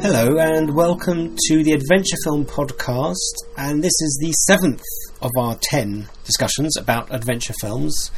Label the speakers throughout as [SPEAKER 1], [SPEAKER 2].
[SPEAKER 1] Hello, and welcome to the Adventure Film Podcast. And this is the seventh of our ten discussions about adventure films.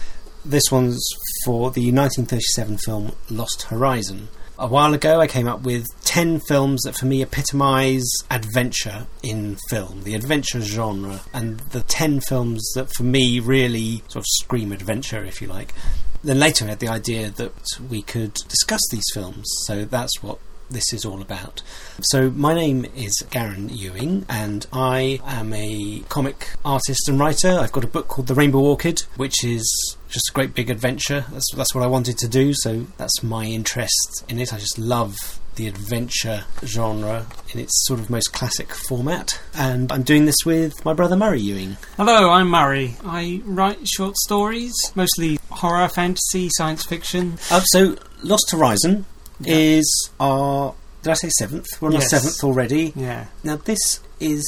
[SPEAKER 1] This one's for the 1937 film Lost Horizon. A while ago, I came up with 10 films that for me epitomise adventure in film, the adventure genre, and the 10 films that for me really sort of scream adventure, if you like. Then later, I had the idea that we could discuss these films, so that's what this is all about. So, my name is Garen Ewing, and I am a comic artist and writer. I've got a book called The Rainbow Orchid, which is just a great big adventure. That's, that's what I wanted to do, so that's my interest in it. I just love the adventure genre in its sort of most classic format. And I'm doing this with my brother Murray Ewing.
[SPEAKER 2] Hello, I'm Murray. I write short stories, mostly horror, fantasy, science fiction.
[SPEAKER 1] Uh, so, Lost Horizon is our. Did I say seventh? We're on
[SPEAKER 2] Yes.
[SPEAKER 1] our seventh already.
[SPEAKER 2] Yeah.
[SPEAKER 1] Now this is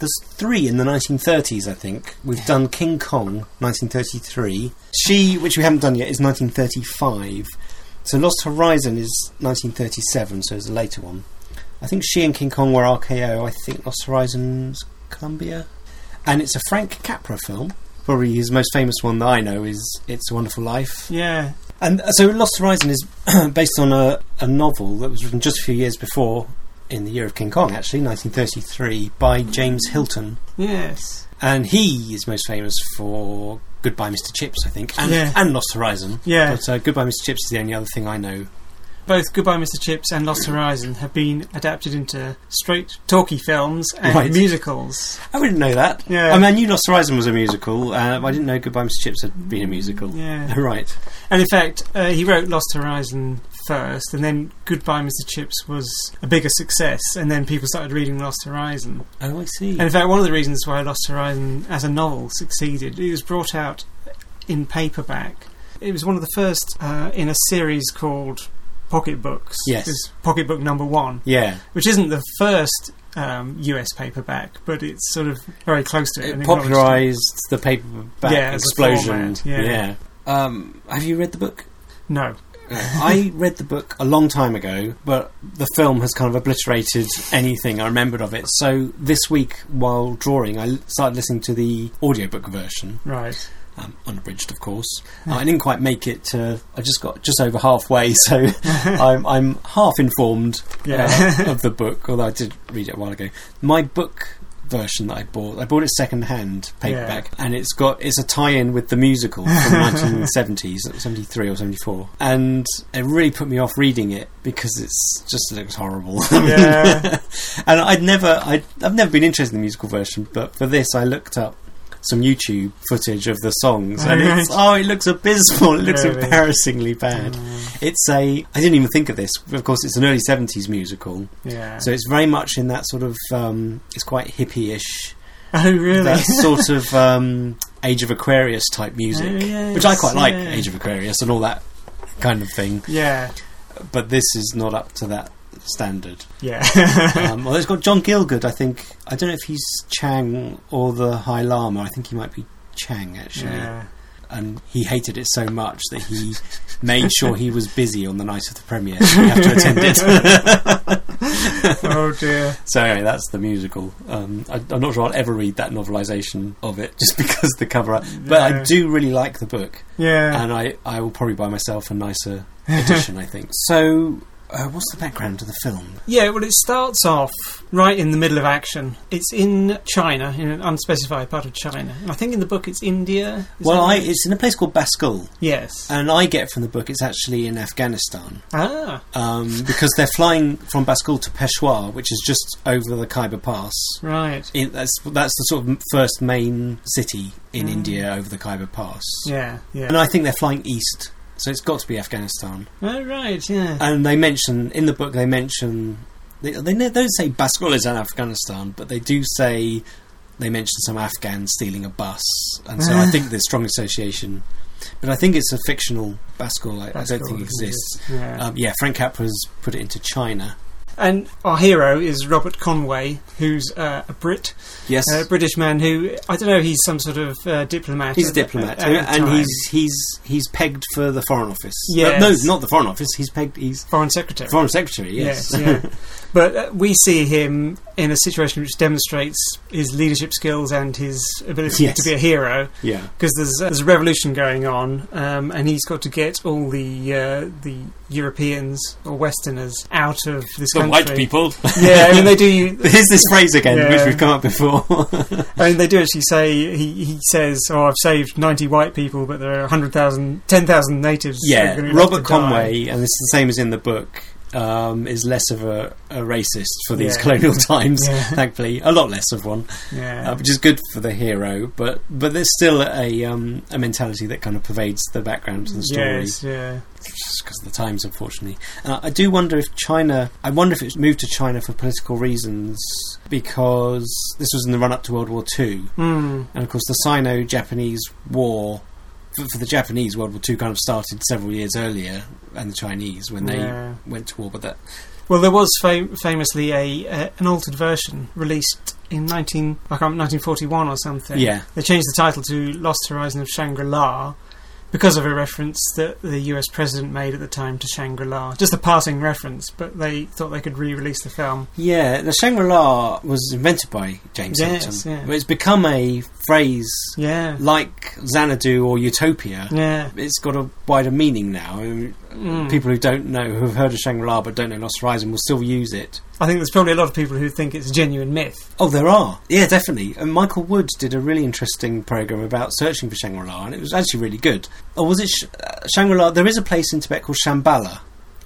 [SPEAKER 1] there's three in the 1930s. I think we've done King Kong 1933. She, which we haven't done yet, is 1935. So Lost Horizon is 1937. So it's a later one. I think she and King Kong were RKO. I think Lost Horizon's Columbia, and it's a Frank Capra film. Probably his most famous one that I know is "It's a Wonderful Life."
[SPEAKER 2] Yeah.
[SPEAKER 1] And uh, so Lost Horizon is based on a, a novel that was written just a few years before, in the year of King Kong, actually, 1933, by James Hilton.
[SPEAKER 2] Yes.
[SPEAKER 1] And he is most famous for Goodbye, Mr. Chips, I think, and,
[SPEAKER 2] Yeah.
[SPEAKER 1] and Lost Horizon.
[SPEAKER 2] Yeah.
[SPEAKER 1] But uh, Goodbye, Mr. Chips is the only other thing I know.
[SPEAKER 2] Both Goodbye Mr. Chips and Lost Horizon have been adapted into straight talkie films and
[SPEAKER 1] Right.
[SPEAKER 2] musicals.
[SPEAKER 1] I didn't know that.
[SPEAKER 2] Yeah.
[SPEAKER 1] I mean, I knew Lost Horizon was a musical. Uh, but I didn't know Goodbye, Mr. Chips had been a musical.
[SPEAKER 2] Yeah.
[SPEAKER 1] Right.
[SPEAKER 2] And in fact, uh, he wrote Lost Horizon first, and then Goodbye Mr. Chips was a bigger success, and then people started reading Lost Horizon.
[SPEAKER 1] Oh, I see.
[SPEAKER 2] And in fact, one of the reasons why Lost Horizon as a novel succeeded, it was brought out in paperback. It was one of the first uh, in a series called Pocket Books.
[SPEAKER 1] Yes.
[SPEAKER 2] It was Pocket Book number one,
[SPEAKER 1] yeah.
[SPEAKER 2] which isn't the first um, US paperback, but it's sort of very close to it.
[SPEAKER 1] It
[SPEAKER 2] and acknowledged
[SPEAKER 1] popularised the paperback
[SPEAKER 2] Yeah, as a
[SPEAKER 1] explosion.
[SPEAKER 2] format, yeah.
[SPEAKER 1] Um, have you read the book?
[SPEAKER 2] it. No.
[SPEAKER 1] I read the book a long time ago, but the film has kind of obliterated anything I remembered of it. So this week, while drawing, I l- started listening to the audiobook version,
[SPEAKER 2] Right.
[SPEAKER 1] um, unabridged, of course. Uh, I didn't quite make it. To, I just got just over halfway, so I'm, I'm half informed
[SPEAKER 2] Yeah.
[SPEAKER 1] uh, of the book, although I did read it a while ago. My book version that I bought, I bought it secondhand paperback, and it's got it's a tie-in with the musical from 1970s, 73 or 74, and it really put me off reading it because it's just it looks horrible. I mean,
[SPEAKER 2] Yeah.
[SPEAKER 1] and I'd never, I'd, I've never been interested in the musical version, but for this, I looked up. Some YouTube footage of the songs, and it's oh, it looks abysmal. It looks
[SPEAKER 2] Really?
[SPEAKER 1] embarrassingly bad.
[SPEAKER 2] Mm,
[SPEAKER 1] It's a I didn't even think of this. But of course, it's an early seventies musical,
[SPEAKER 2] yeah.
[SPEAKER 1] so it's very much in that sort of um, it's quite hippie-ish,
[SPEAKER 2] oh, really?
[SPEAKER 1] that sort of um, Age of Aquarius type music,
[SPEAKER 2] Oh, yes,
[SPEAKER 1] which I quite like.
[SPEAKER 2] yeah.
[SPEAKER 1] Age of Aquarius and all that kind of thing,
[SPEAKER 2] Yeah.
[SPEAKER 1] but this is not up to that standard.
[SPEAKER 2] Yeah.
[SPEAKER 1] um, well, it's got John Gilgood. I think I don't know if he's Chang or the High Lama. I think he might be Chang actually,
[SPEAKER 2] yeah.
[SPEAKER 1] and he hated it so much that he made sure he was busy on the night of the premiere. So we have to attend it.
[SPEAKER 2] Oh, dear.
[SPEAKER 1] So anyway, that's the musical. Um, I, I'm not sure I'll ever read that novelisation of it, just because the cover. But I
[SPEAKER 2] Yeah.
[SPEAKER 1] do really like the book,
[SPEAKER 2] Yeah.
[SPEAKER 1] and I, I will probably buy myself a nicer edition. I think. So, uh, what's the background to the film?
[SPEAKER 2] Yeah, well, it starts off right in the middle of action. It's in China, in an unspecified part of China. And I think in the book it's India. is
[SPEAKER 1] well,
[SPEAKER 2] that
[SPEAKER 1] I,
[SPEAKER 2] right?
[SPEAKER 1] it's in a place called Baskul,
[SPEAKER 2] yes.
[SPEAKER 1] and I get from the book it's actually in Afghanistan
[SPEAKER 2] ah,
[SPEAKER 1] um, because they're flying from Baskul to Peshawar, which is just over the Khyber Pass.
[SPEAKER 2] right.
[SPEAKER 1] It, that's that's the sort of first main city in
[SPEAKER 2] Mm.
[SPEAKER 1] India over the Khyber Pass.
[SPEAKER 2] Yeah, yeah.
[SPEAKER 1] And I think they're flying east, so it's got to be Afghanistan.
[SPEAKER 2] oh, right, yeah.
[SPEAKER 1] And they mention in the book they mention they they ne- don't say Baskol is in Afghanistan, but they do say they mention some Afghan stealing a bus, and so I
[SPEAKER 2] Ah.
[SPEAKER 1] think there's strong association. But I think it's a fictional Baskol. I, I don't
[SPEAKER 2] Basketball
[SPEAKER 1] think
[SPEAKER 2] doesn't
[SPEAKER 1] exists.
[SPEAKER 2] exist. Yeah.
[SPEAKER 1] Um, yeah, Frank Capra's put it into China.
[SPEAKER 2] And our hero is Robert Conway, who's uh, a Brit,
[SPEAKER 1] Yes.
[SPEAKER 2] a British man who I don't know. He's some sort of uh, diplomat.
[SPEAKER 1] He's a
[SPEAKER 2] at the-
[SPEAKER 1] diplomat,
[SPEAKER 2] at the
[SPEAKER 1] and
[SPEAKER 2] time.
[SPEAKER 1] he's he's he's pegged for the Foreign Office.
[SPEAKER 2] Yes.
[SPEAKER 1] no, not the Foreign Office. He's pegged. He's
[SPEAKER 2] foreign secretary.
[SPEAKER 1] Foreign Secretary. Yes.
[SPEAKER 2] yeah. but uh, we see him in a situation which demonstrates his leadership skills and his ability
[SPEAKER 1] Yes.
[SPEAKER 2] to be a hero.
[SPEAKER 1] yeah.
[SPEAKER 2] Because there's, uh, there's a revolution going on, um, and he's got to get all the uh, the Europeans or Westerners out of this
[SPEAKER 3] The
[SPEAKER 2] country.
[SPEAKER 3] white people.
[SPEAKER 2] Yeah, I mean they do.
[SPEAKER 1] Here's this phrase again,
[SPEAKER 2] Yeah.
[SPEAKER 1] which we've come up before.
[SPEAKER 2] I mean they do actually say he, he says, "Oh, I've saved ninety white people, but there are 100,000, 10,000 natives." who are
[SPEAKER 1] yeah,
[SPEAKER 2] gonna be left
[SPEAKER 1] Robert
[SPEAKER 2] to die."
[SPEAKER 1] Conway, and it's the same as in the book, um, is less of a, a racist for these
[SPEAKER 2] Yeah.
[SPEAKER 1] colonial times.
[SPEAKER 2] Yeah,
[SPEAKER 1] Thankfully, a lot less of one,
[SPEAKER 2] yeah.
[SPEAKER 1] uh, which is good for the hero. But but there's still a um, a mentality that kind of pervades the background to the story.
[SPEAKER 2] Yes, yeah.
[SPEAKER 1] just because of the times, unfortunately. Uh, I do wonder if China. I wonder if it's moved to China for political reasons because this was in the run up to World War Two,
[SPEAKER 2] Mm.
[SPEAKER 1] and of course the Sino-Japanese War for, for the Japanese World War Two kind of started several years earlier, and the Chinese when they
[SPEAKER 2] yeah.
[SPEAKER 1] went to war. But that
[SPEAKER 2] Well, there was fam- famously a uh, an altered version released in 19 I can't 1941 or something.
[SPEAKER 1] yeah,
[SPEAKER 2] They changed the title to Lost Horizon of Shangri-La because of a reference that the US president made at the time to Shangri-La. Just a passing reference, but they thought they could re-release the film.
[SPEAKER 1] yeah. The Shangri-La was invented by James
[SPEAKER 2] Yes,
[SPEAKER 1] Hilton,
[SPEAKER 2] yeah.
[SPEAKER 1] but it's become a phrase
[SPEAKER 2] Yeah. Mm.
[SPEAKER 1] like Xanadu or Utopia.
[SPEAKER 2] Yeah.
[SPEAKER 1] It's got a wider meaning now. I mean,
[SPEAKER 2] Mm.
[SPEAKER 1] people who don't know, who've heard of Shangri La but don't know Lost Horizon, will still use it.
[SPEAKER 2] I think there's probably a lot of people who think it's a genuine myth.
[SPEAKER 1] Oh, there are. Yeah, definitely. And Michael Woods did a really interesting program about searching for Shangri La, and it was actually really good. Or was it Sh- uh, Shangri La? There is a place in Tibet called Shambhala.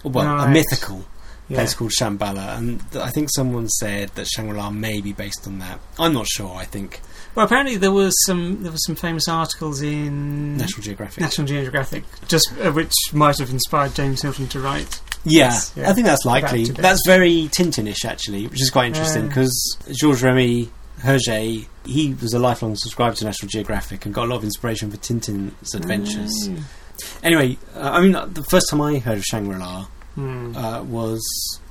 [SPEAKER 1] Or, Well, a
[SPEAKER 2] Right.
[SPEAKER 1] mythical
[SPEAKER 2] Yeah.
[SPEAKER 1] place called Shambhala, and th- I think someone said that Shangri La may be based on that. I'm not sure. I think
[SPEAKER 2] Well, apparently there was some there were some famous articles in
[SPEAKER 1] National Geographic.
[SPEAKER 2] National Geographic, just uh, which might have inspired James Hilton to write.
[SPEAKER 1] Yeah,
[SPEAKER 2] Yes, yeah.
[SPEAKER 1] I think that's
[SPEAKER 2] About
[SPEAKER 1] likely.
[SPEAKER 2] Tibet.
[SPEAKER 1] That's very Tintinish, actually, which is quite interesting
[SPEAKER 2] Yeah.
[SPEAKER 1] because Georges Remy Hergé, he was a lifelong subscriber to National Geographic and got a lot of inspiration for Tintin's adventures.
[SPEAKER 2] Mm.
[SPEAKER 1] Anyway, uh, I mean, uh, the first time I heard of Shangri La
[SPEAKER 2] Hmm.
[SPEAKER 1] uh, was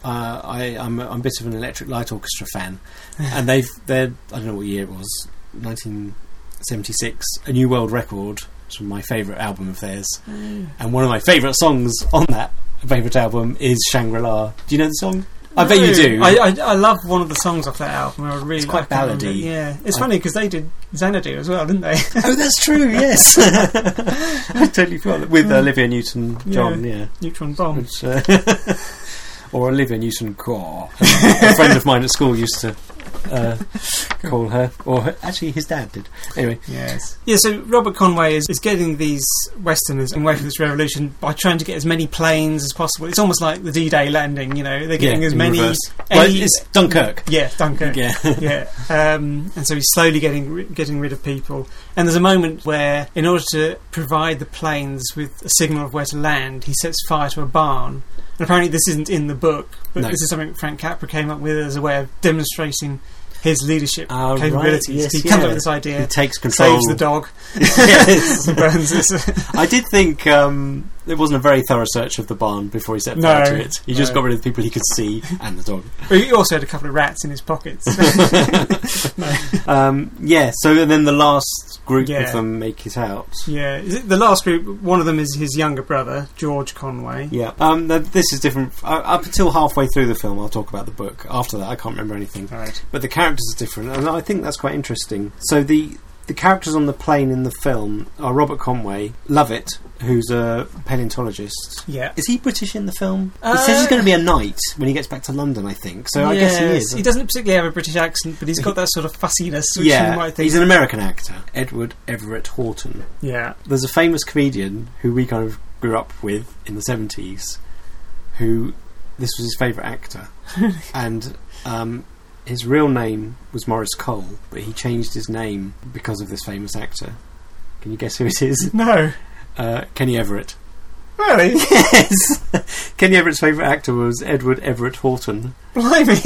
[SPEAKER 1] uh, I, I'm, a, I'm a bit of an Electric Light Orchestra fan, and they've they're I don't know what year it was, 1976, a new world record. It's my favourite album of theirs, and one of my favourite songs on that favourite album is Shangri La. Do you know the song? I bet you
[SPEAKER 2] No,
[SPEAKER 1] do.
[SPEAKER 2] I, I, I love one of the songs off that album. I really
[SPEAKER 1] It's quite
[SPEAKER 2] I can't remember.
[SPEAKER 1] ballady.
[SPEAKER 2] Yeah, it's
[SPEAKER 1] I-
[SPEAKER 2] funny because they did Xanadu as well, didn't they?
[SPEAKER 1] oh, that's true. Yes, I totally forgot that. with uh,
[SPEAKER 2] Mm.
[SPEAKER 1] Olivia Newton-John. Yeah.
[SPEAKER 2] Neutron Bomb.
[SPEAKER 1] Which, uh, or Olivia Newton Gore. a friend of mine at school used to uh, call her, or her, actually his dad did. Anyway,
[SPEAKER 2] Yes. Yeah. So Robert Conway is, is getting these Westerners away from this revolution by trying to get as many planes as possible. It's almost like the D-Day landing. You know, they're getting
[SPEAKER 1] yeah,
[SPEAKER 2] as
[SPEAKER 1] in
[SPEAKER 2] many.
[SPEAKER 1] reverse.
[SPEAKER 2] any-
[SPEAKER 1] Well, it's Dunkirk.
[SPEAKER 2] yeah, Dunkirk.
[SPEAKER 1] Yeah,
[SPEAKER 2] yeah, um, and so he's slowly getting ri- getting rid of people. And there's a moment where, in order to provide the planes with a signal of where to land, he sets fire to a barn. And apparently, this isn't in the book, but
[SPEAKER 1] No.
[SPEAKER 2] this is something Frank Capra came up with as a way of demonstrating his leadership
[SPEAKER 1] Ah, right,
[SPEAKER 2] capabilities.
[SPEAKER 1] yes,
[SPEAKER 2] he
[SPEAKER 1] yeah.
[SPEAKER 2] comes up with this
[SPEAKER 1] he
[SPEAKER 2] idea,
[SPEAKER 1] takes control.
[SPEAKER 2] saves the dog,
[SPEAKER 1] Yes.
[SPEAKER 2] burns it.
[SPEAKER 1] I did think um, it wasn't a very thorough search of the barn before he set
[SPEAKER 2] No,
[SPEAKER 1] fire to it. He just
[SPEAKER 2] no.
[SPEAKER 1] got rid of the people he could see and the dog.
[SPEAKER 2] But he also had a couple of rats in his pockets.
[SPEAKER 1] Um, yeah, so and then the last group
[SPEAKER 2] Yeah.
[SPEAKER 1] of them make it out.
[SPEAKER 2] yeah, Is it- the last group. One of them is his younger brother, George Conway.
[SPEAKER 1] Yeah, um, th- this is different. Uh, up until halfway through the film, I'll talk about the book. After that, I can't remember anything.
[SPEAKER 2] Right.
[SPEAKER 1] But the characters are different, and I think that's quite interesting. So the the characters on the plane in the film are Robert Conway, Lovett, who's a paleontologist.
[SPEAKER 2] Yeah.
[SPEAKER 1] Is he British in the film? he says he's
[SPEAKER 2] Uh,
[SPEAKER 1] going to be a knight when he gets back to London, I think. So I guess he
[SPEAKER 2] Yes,
[SPEAKER 1] is.
[SPEAKER 2] He doesn't particularly have a British accent, but he's got that sort of fussiness, which you
[SPEAKER 1] yeah,
[SPEAKER 2] might think.
[SPEAKER 1] he's an American actor, Edward Everett Horton.
[SPEAKER 2] yeah,
[SPEAKER 1] there's a famous comedian who we kind of grew up with in the 70s who this was his favourite actor and um, his real name was Morris Cole but he changed his name because of this famous actor can you guess who it is
[SPEAKER 2] no,
[SPEAKER 1] uh, Kenny Everett
[SPEAKER 2] really,
[SPEAKER 1] yes Kenny Everett's favourite actor was Edward Everett Horton
[SPEAKER 2] blimey,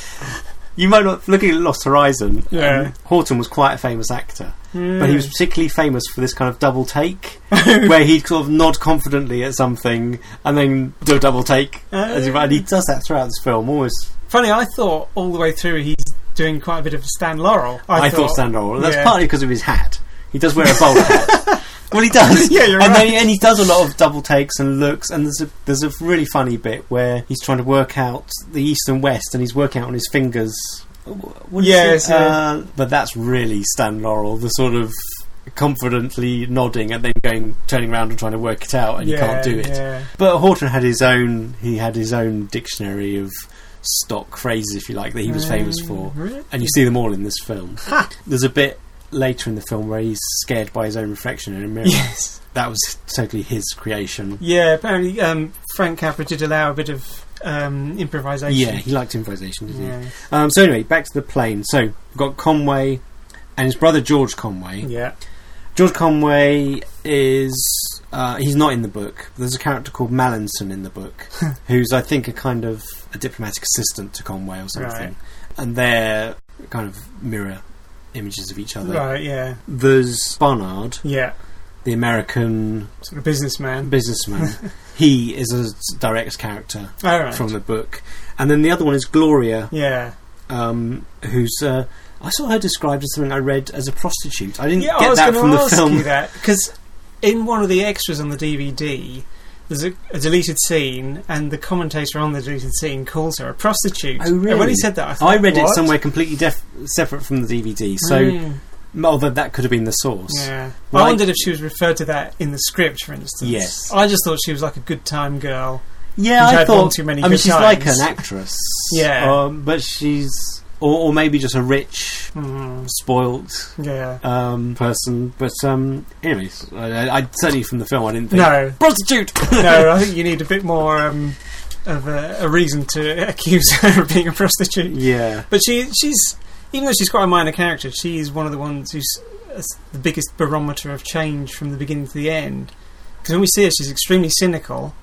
[SPEAKER 1] you might not looking at Lost Horizon
[SPEAKER 2] Yeah.
[SPEAKER 1] Horton was quite a famous actor
[SPEAKER 2] Hmm.
[SPEAKER 1] But he was particularly famous for this kind of double take, where he'd sort of nod confidently at something and then do a double take. As he, and he does that throughout this film, almost.
[SPEAKER 2] Uh, Funny, I thought all the way through he's doing quite a bit of Stan Laurel.
[SPEAKER 1] I, thought Stan Laurel. That's
[SPEAKER 2] yeah.
[SPEAKER 1] partly because of his hat. He does wear a bowler hat. Well, he does.
[SPEAKER 2] yeah, you're
[SPEAKER 1] and,
[SPEAKER 2] right.
[SPEAKER 1] then, and he does a lot of double takes and looks, and there's a there's a really funny bit where he's trying to work out the east and west, and he's working out on his fingers. What is
[SPEAKER 2] Yes,
[SPEAKER 1] it? Uh, but that's really Stan Laurel, the sort of confidently nodding and then going turning around and trying to work it out, and you can't do it.
[SPEAKER 2] yeah.
[SPEAKER 1] But Horton had his own he had his own dictionary of stock phrases, if you like, that he was famous
[SPEAKER 2] Um,
[SPEAKER 1] for
[SPEAKER 2] really?
[SPEAKER 1] and you see them all in this film. There's a bit later in the film where he's scared by his own reflection in a mirror.
[SPEAKER 2] Yes.
[SPEAKER 1] That was totally his creation.
[SPEAKER 2] Yeah, apparently um, Frank Capra did allow a bit of um,
[SPEAKER 1] Yeah,
[SPEAKER 2] improvisation.
[SPEAKER 1] he liked improvisation, didn't
[SPEAKER 2] Yeah.
[SPEAKER 1] he? Um, so anyway, back to the plane. So we've got Conway and his brother George Conway.
[SPEAKER 2] Yeah.
[SPEAKER 1] George Conway is uh, he's not in the book. There's a character called Mallinson in the book, who's I think a kind of a diplomatic assistant to Conway or something,
[SPEAKER 2] Right.
[SPEAKER 1] and they're kind of mirror images of each other.
[SPEAKER 2] Right, yeah.
[SPEAKER 1] There's Barnard,
[SPEAKER 2] Yeah.
[SPEAKER 1] the American
[SPEAKER 2] Sort of businessman.
[SPEAKER 1] businessman. he is a direct character
[SPEAKER 2] All right.
[SPEAKER 1] from the book. And then the other one is Gloria,
[SPEAKER 2] yeah.
[SPEAKER 1] um, who's. Uh, I saw her described as something I read as a prostitute. I didn't
[SPEAKER 2] Yeah, I
[SPEAKER 1] get
[SPEAKER 2] was
[SPEAKER 1] that
[SPEAKER 2] going
[SPEAKER 1] from
[SPEAKER 2] to
[SPEAKER 1] the
[SPEAKER 2] ask
[SPEAKER 1] film.
[SPEAKER 2] you that because in one of the extras on the DVD, there's a, a deleted scene, and the commentator on the deleted scene calls her a prostitute.
[SPEAKER 1] Oh,
[SPEAKER 2] And when
[SPEAKER 1] really?
[SPEAKER 2] he said that, I, thought,
[SPEAKER 1] I read it
[SPEAKER 2] "What?"
[SPEAKER 1] somewhere completely def- separate from the DVD, so
[SPEAKER 2] Mm,
[SPEAKER 1] although that could have been the source.
[SPEAKER 2] yeah,
[SPEAKER 1] Like-
[SPEAKER 2] I wondered if she was referred to that in the script, for instance.
[SPEAKER 1] Yes.
[SPEAKER 2] I just thought she was like a good time girl.
[SPEAKER 1] Yeah,
[SPEAKER 2] who'd
[SPEAKER 1] I
[SPEAKER 2] had one
[SPEAKER 1] thought.
[SPEAKER 2] too many.
[SPEAKER 1] I mean,
[SPEAKER 2] good
[SPEAKER 1] she's
[SPEAKER 2] times.
[SPEAKER 1] like an actress.
[SPEAKER 2] Yeah.
[SPEAKER 1] um, but she's, or, or maybe just a rich,
[SPEAKER 2] Mm,
[SPEAKER 1] spoilt
[SPEAKER 2] yeah.
[SPEAKER 1] um, person. But um, anyways, I, I, I certainly from the film, I didn't think
[SPEAKER 2] No,
[SPEAKER 1] prostitute.
[SPEAKER 2] no. I think you need a bit more um, of a, a reason to accuse her of being a prostitute.
[SPEAKER 1] yeah,
[SPEAKER 2] But she she's even though she's quite a minor character, she is one of the ones who's uh, the biggest barometer of change from the beginning to the end. Because when we see her, she's extremely cynical.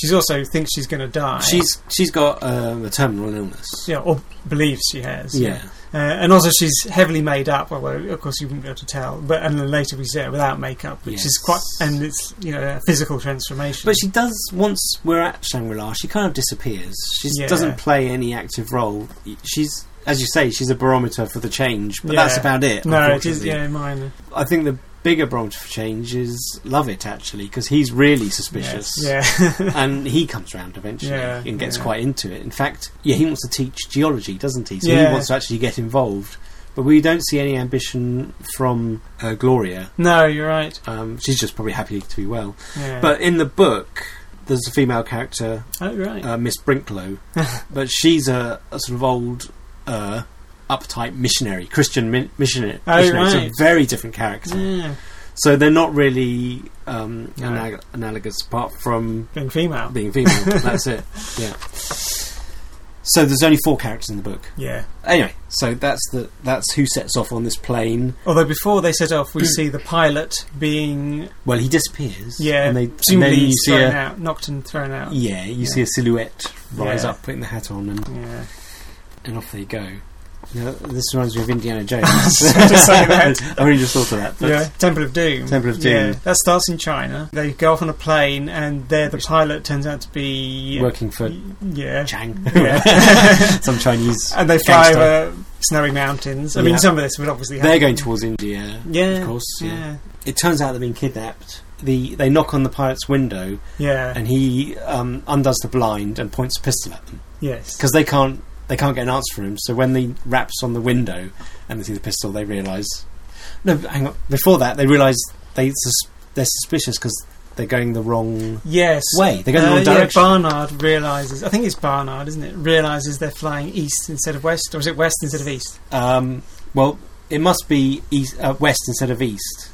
[SPEAKER 2] She's also thinks she's going to die.
[SPEAKER 1] she's she's got um, a terminal illness.
[SPEAKER 2] yeah, or believes she has.
[SPEAKER 1] Yeah,
[SPEAKER 2] uh, and also she's heavily made up. Well, well, of course you wouldn't be able to tell. But and then later we see her without makeup, which is
[SPEAKER 1] Yes.
[SPEAKER 2] quite and it's you know a physical transformation.
[SPEAKER 1] but she does. Once we're at Shangri La, she kind of disappears. She
[SPEAKER 2] Yeah.
[SPEAKER 1] doesn't play any active role. She's as you say, she's a barometer for the change, but that's
[SPEAKER 2] Yeah.
[SPEAKER 1] about it.
[SPEAKER 2] no, it is
[SPEAKER 1] unfortunately.
[SPEAKER 2] yeah minor.
[SPEAKER 1] I think the bigger barometer for change is Love It actually, because he's really suspicious.
[SPEAKER 2] Yes, Yeah,
[SPEAKER 1] and he comes round eventually
[SPEAKER 2] Yeah,
[SPEAKER 1] and gets
[SPEAKER 2] yeah.
[SPEAKER 1] quite into it. In fact, yeah, he wants to teach geology, doesn't he? So
[SPEAKER 2] Yeah.
[SPEAKER 1] he wants to actually get involved. But we don't see any ambition from uh, Gloria.
[SPEAKER 2] no, you're right.
[SPEAKER 1] Um, she's just probably happy to be well.
[SPEAKER 2] Yeah.
[SPEAKER 1] But in the book, there's a female character,
[SPEAKER 2] oh right,
[SPEAKER 1] uh, Miss Brinklow, but she's a, a sort of old, uh, uptight missionary, Christian mi- missionary.
[SPEAKER 2] Oh,
[SPEAKER 1] missionary.
[SPEAKER 2] right.
[SPEAKER 1] It's a very different character.
[SPEAKER 2] yeah,
[SPEAKER 1] So they're not really um,
[SPEAKER 2] No.
[SPEAKER 1] anal- analogous apart from
[SPEAKER 2] being female.
[SPEAKER 1] being female. That's it. Yeah. So there's only four characters in the book.
[SPEAKER 2] Yeah.
[SPEAKER 1] Anyway, so that's the that's who sets off on this plane.
[SPEAKER 2] Although before they set
[SPEAKER 1] Hmm.
[SPEAKER 2] off, we see the pilot being
[SPEAKER 1] Well, he disappears.
[SPEAKER 2] yeah,
[SPEAKER 1] and, they, and then
[SPEAKER 2] presumably
[SPEAKER 1] you see
[SPEAKER 2] thrown
[SPEAKER 1] a
[SPEAKER 2] out, knocked and thrown out.
[SPEAKER 1] yeah, you see a silhouette rise
[SPEAKER 2] Yeah.
[SPEAKER 1] up, putting the hat on, and,
[SPEAKER 2] Yeah,
[SPEAKER 1] and off they go. You know, this reminds me of Indiana Jones.
[SPEAKER 2] Just saying that.
[SPEAKER 1] I really just thought of that. but-
[SPEAKER 2] yeah. Temple of Doom.
[SPEAKER 1] Temple of
[SPEAKER 2] Yeah,
[SPEAKER 1] Doom.
[SPEAKER 2] that starts in China. They go off on a plane, and there the pilot turns out to be
[SPEAKER 1] Working for
[SPEAKER 2] yeah,
[SPEAKER 1] Chang,
[SPEAKER 2] Yeah.
[SPEAKER 1] some Chinese.
[SPEAKER 2] and they fly
[SPEAKER 1] Gangster.
[SPEAKER 2] over snowy mountains. I
[SPEAKER 1] Yeah.
[SPEAKER 2] mean, some of this would obviously
[SPEAKER 1] They're
[SPEAKER 2] happen.
[SPEAKER 1] going towards India.
[SPEAKER 2] yeah,
[SPEAKER 1] of course, yeah.
[SPEAKER 2] yeah,
[SPEAKER 1] It turns out they've been kidnapped. The they knock on the pilot's window,
[SPEAKER 2] yeah,
[SPEAKER 1] and he um, undoes the blind and points a pistol at them
[SPEAKER 2] yes,
[SPEAKER 1] because they can't they can't get an answer from him. So when the raps on the window and they see the pistol, they realise. No, hang on. Before that, they realise they sus- they're suspicious because they're going the wrong
[SPEAKER 2] yes.
[SPEAKER 1] way. They're going the
[SPEAKER 2] Uh,
[SPEAKER 1] wrong direction.
[SPEAKER 2] Yeah, Barnard realizes. I think it's Barnard, isn't it? Realizes they're flying east instead of west, or is it west instead of east?
[SPEAKER 1] um, well, it must be east, uh, west instead of east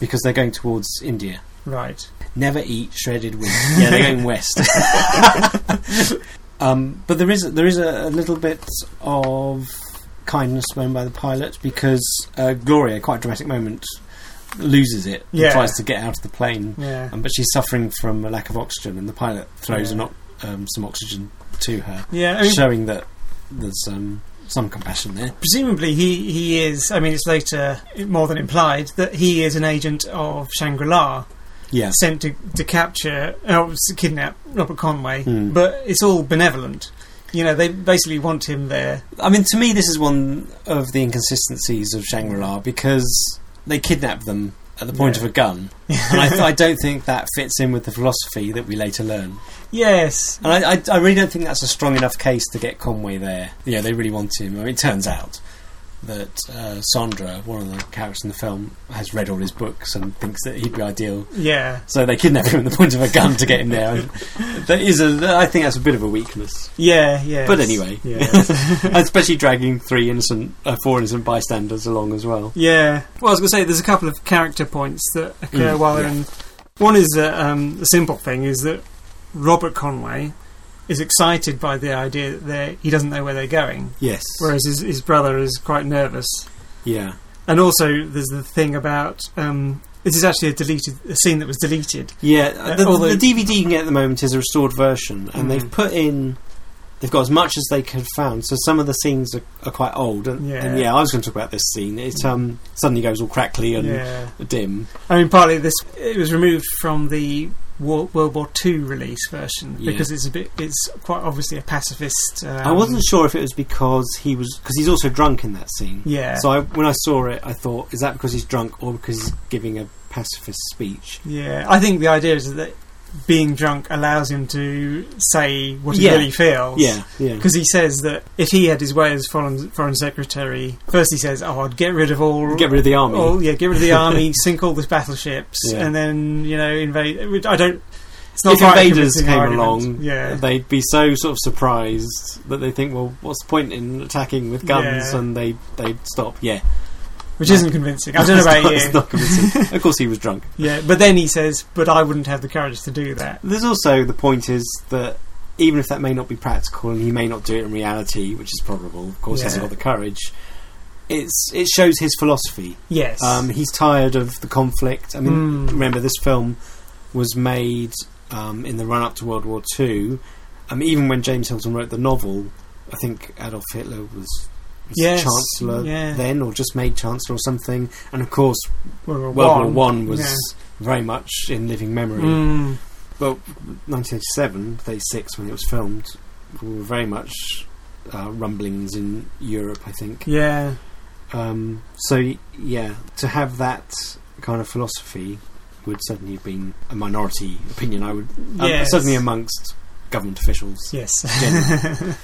[SPEAKER 1] because they're going towards India.
[SPEAKER 2] Right.
[SPEAKER 1] Never eat shredded wheat. yeah, they're going west. um, but there is there is a, a little bit of kindness shown by the pilot because uh, Gloria, quite a dramatic moment, loses it. and
[SPEAKER 2] Yeah.
[SPEAKER 1] tries to get out of the plane,
[SPEAKER 2] Yeah.
[SPEAKER 1] um, but she's suffering from a lack of oxygen, and the pilot throws
[SPEAKER 2] Yeah.
[SPEAKER 1] an ox- um, some oxygen to her,
[SPEAKER 2] Yeah, I mean,
[SPEAKER 1] showing that there's um, some compassion there.
[SPEAKER 2] Presumably, he, he is. I mean, it's later more than implied that he is an agent of Shangri La,
[SPEAKER 1] Yeah.
[SPEAKER 2] sent to, to capture, oh, s- kidnap Robert Conway.
[SPEAKER 1] Hmm.
[SPEAKER 2] But it's all benevolent. You know, they basically want him there.
[SPEAKER 1] I mean, to me, this is one of the inconsistencies of Shangri La because they kidnap them at the point
[SPEAKER 2] Yeah.
[SPEAKER 1] of a gun. and I, I don't think that fits in with the philosophy that we later learn.
[SPEAKER 2] Yes.
[SPEAKER 1] And I, I, I really don't think that's a strong enough case to get Conway there. Yeah, they really want him. I mean, it turns out that uh, Sandra, one of the characters in the film, has read all his books and thinks that he'd be ideal.
[SPEAKER 2] Yeah.
[SPEAKER 1] So they kidnap him at the point of a gun to get him there. And that is a, I think that's a bit of a weakness.
[SPEAKER 2] Yeah, yeah.
[SPEAKER 1] But anyway.
[SPEAKER 2] Yeah.
[SPEAKER 1] Especially dragging three innocent, uh, four innocent bystanders along as well.
[SPEAKER 2] Yeah. Well, I was going to say there's a couple of character points that occur
[SPEAKER 1] Mm,
[SPEAKER 2] while they're
[SPEAKER 1] yeah.
[SPEAKER 2] in. One is that um, the simple thing is that Robert Conway is excited by the idea that they're- he doesn't know where they're going,
[SPEAKER 1] Yes.
[SPEAKER 2] whereas his, his brother is quite nervous.
[SPEAKER 1] Yeah.
[SPEAKER 2] And also, there's the thing about um, this is actually a deleted a scene that was deleted.
[SPEAKER 1] Yeah,
[SPEAKER 2] Uh,
[SPEAKER 1] the,
[SPEAKER 2] although-
[SPEAKER 1] the DVD you can get at the moment is a restored version, and
[SPEAKER 2] Mm.
[SPEAKER 1] they've put in. They've got as much as they can found, so some of the scenes are, are quite old. And
[SPEAKER 2] Yeah.
[SPEAKER 1] yeah. and yeah, I was going to talk about this scene. It um, suddenly goes all crackly and
[SPEAKER 2] Yeah.
[SPEAKER 1] dim.
[SPEAKER 2] I mean, partly this it was removed from the War, World War II release version
[SPEAKER 1] Yeah.
[SPEAKER 2] because it's a bit it's quite obviously a pacifist. Um,
[SPEAKER 1] I wasn't sure if it was because he was because he's also drunk in that scene.
[SPEAKER 2] Yeah.
[SPEAKER 1] So I, when I saw it, I thought, is that because he's drunk or because he's giving a pacifist speech?
[SPEAKER 2] Yeah, I think the idea is that being drunk allows him to say what he
[SPEAKER 1] Yeah.
[SPEAKER 2] really feels.
[SPEAKER 1] Yeah, yeah,
[SPEAKER 2] Because he says that if he had his way as foreign foreign secretary, first he says, "Oh, I'd get rid of all,
[SPEAKER 1] get rid of the army.
[SPEAKER 2] all Oh, yeah, get rid of the army, sink all the battleships,
[SPEAKER 1] Yeah.
[SPEAKER 2] and then you know invade." which I don't. It's not
[SPEAKER 1] if
[SPEAKER 2] quite a
[SPEAKER 1] invaders
[SPEAKER 2] convincing
[SPEAKER 1] came
[SPEAKER 2] argument.
[SPEAKER 1] along,
[SPEAKER 2] yeah,
[SPEAKER 1] they'd be so sort of surprised that they think, well, what's the point in attacking with guns?
[SPEAKER 2] Yeah.
[SPEAKER 1] And they they'd stop. Yeah,
[SPEAKER 2] which isn't convincing. I don't
[SPEAKER 1] It's
[SPEAKER 2] know about
[SPEAKER 1] not-
[SPEAKER 2] you.
[SPEAKER 1] it's not convincing. of course, he was drunk.
[SPEAKER 2] Yeah, but then he says, "But I wouldn't have the courage to do that."
[SPEAKER 1] There's also the point is that even if that may not be practical, and he may not do it in reality, which is probable. Of course, he hasn't
[SPEAKER 2] Yeah.
[SPEAKER 1] got the courage. It's it shows his philosophy.
[SPEAKER 2] Yes.
[SPEAKER 1] Um, he's tired of the conflict. I mean,
[SPEAKER 2] Mm.
[SPEAKER 1] remember this film was made um, in the run up to World War Two. Um, even when James Hilton wrote the novel, I think Adolf Hitler was, was
[SPEAKER 2] Yes,
[SPEAKER 1] chancellor
[SPEAKER 2] yeah.
[SPEAKER 1] then, or just made chancellor or something. And of course,
[SPEAKER 2] World War
[SPEAKER 1] World War
[SPEAKER 2] One.
[SPEAKER 1] One was
[SPEAKER 2] Yeah.
[SPEAKER 1] very much in living memory.
[SPEAKER 2] Mm.
[SPEAKER 1] Well, 1987, 86, when it was filmed, were very much uh, rumblings in Europe. I think.
[SPEAKER 2] Yeah.
[SPEAKER 1] Um, so y- yeah, to have that kind of philosophy would certainly have been a minority opinion. I would um,
[SPEAKER 2] Yes.
[SPEAKER 1] certainly amongst government officials.
[SPEAKER 2] Yes.
[SPEAKER 1] Generally.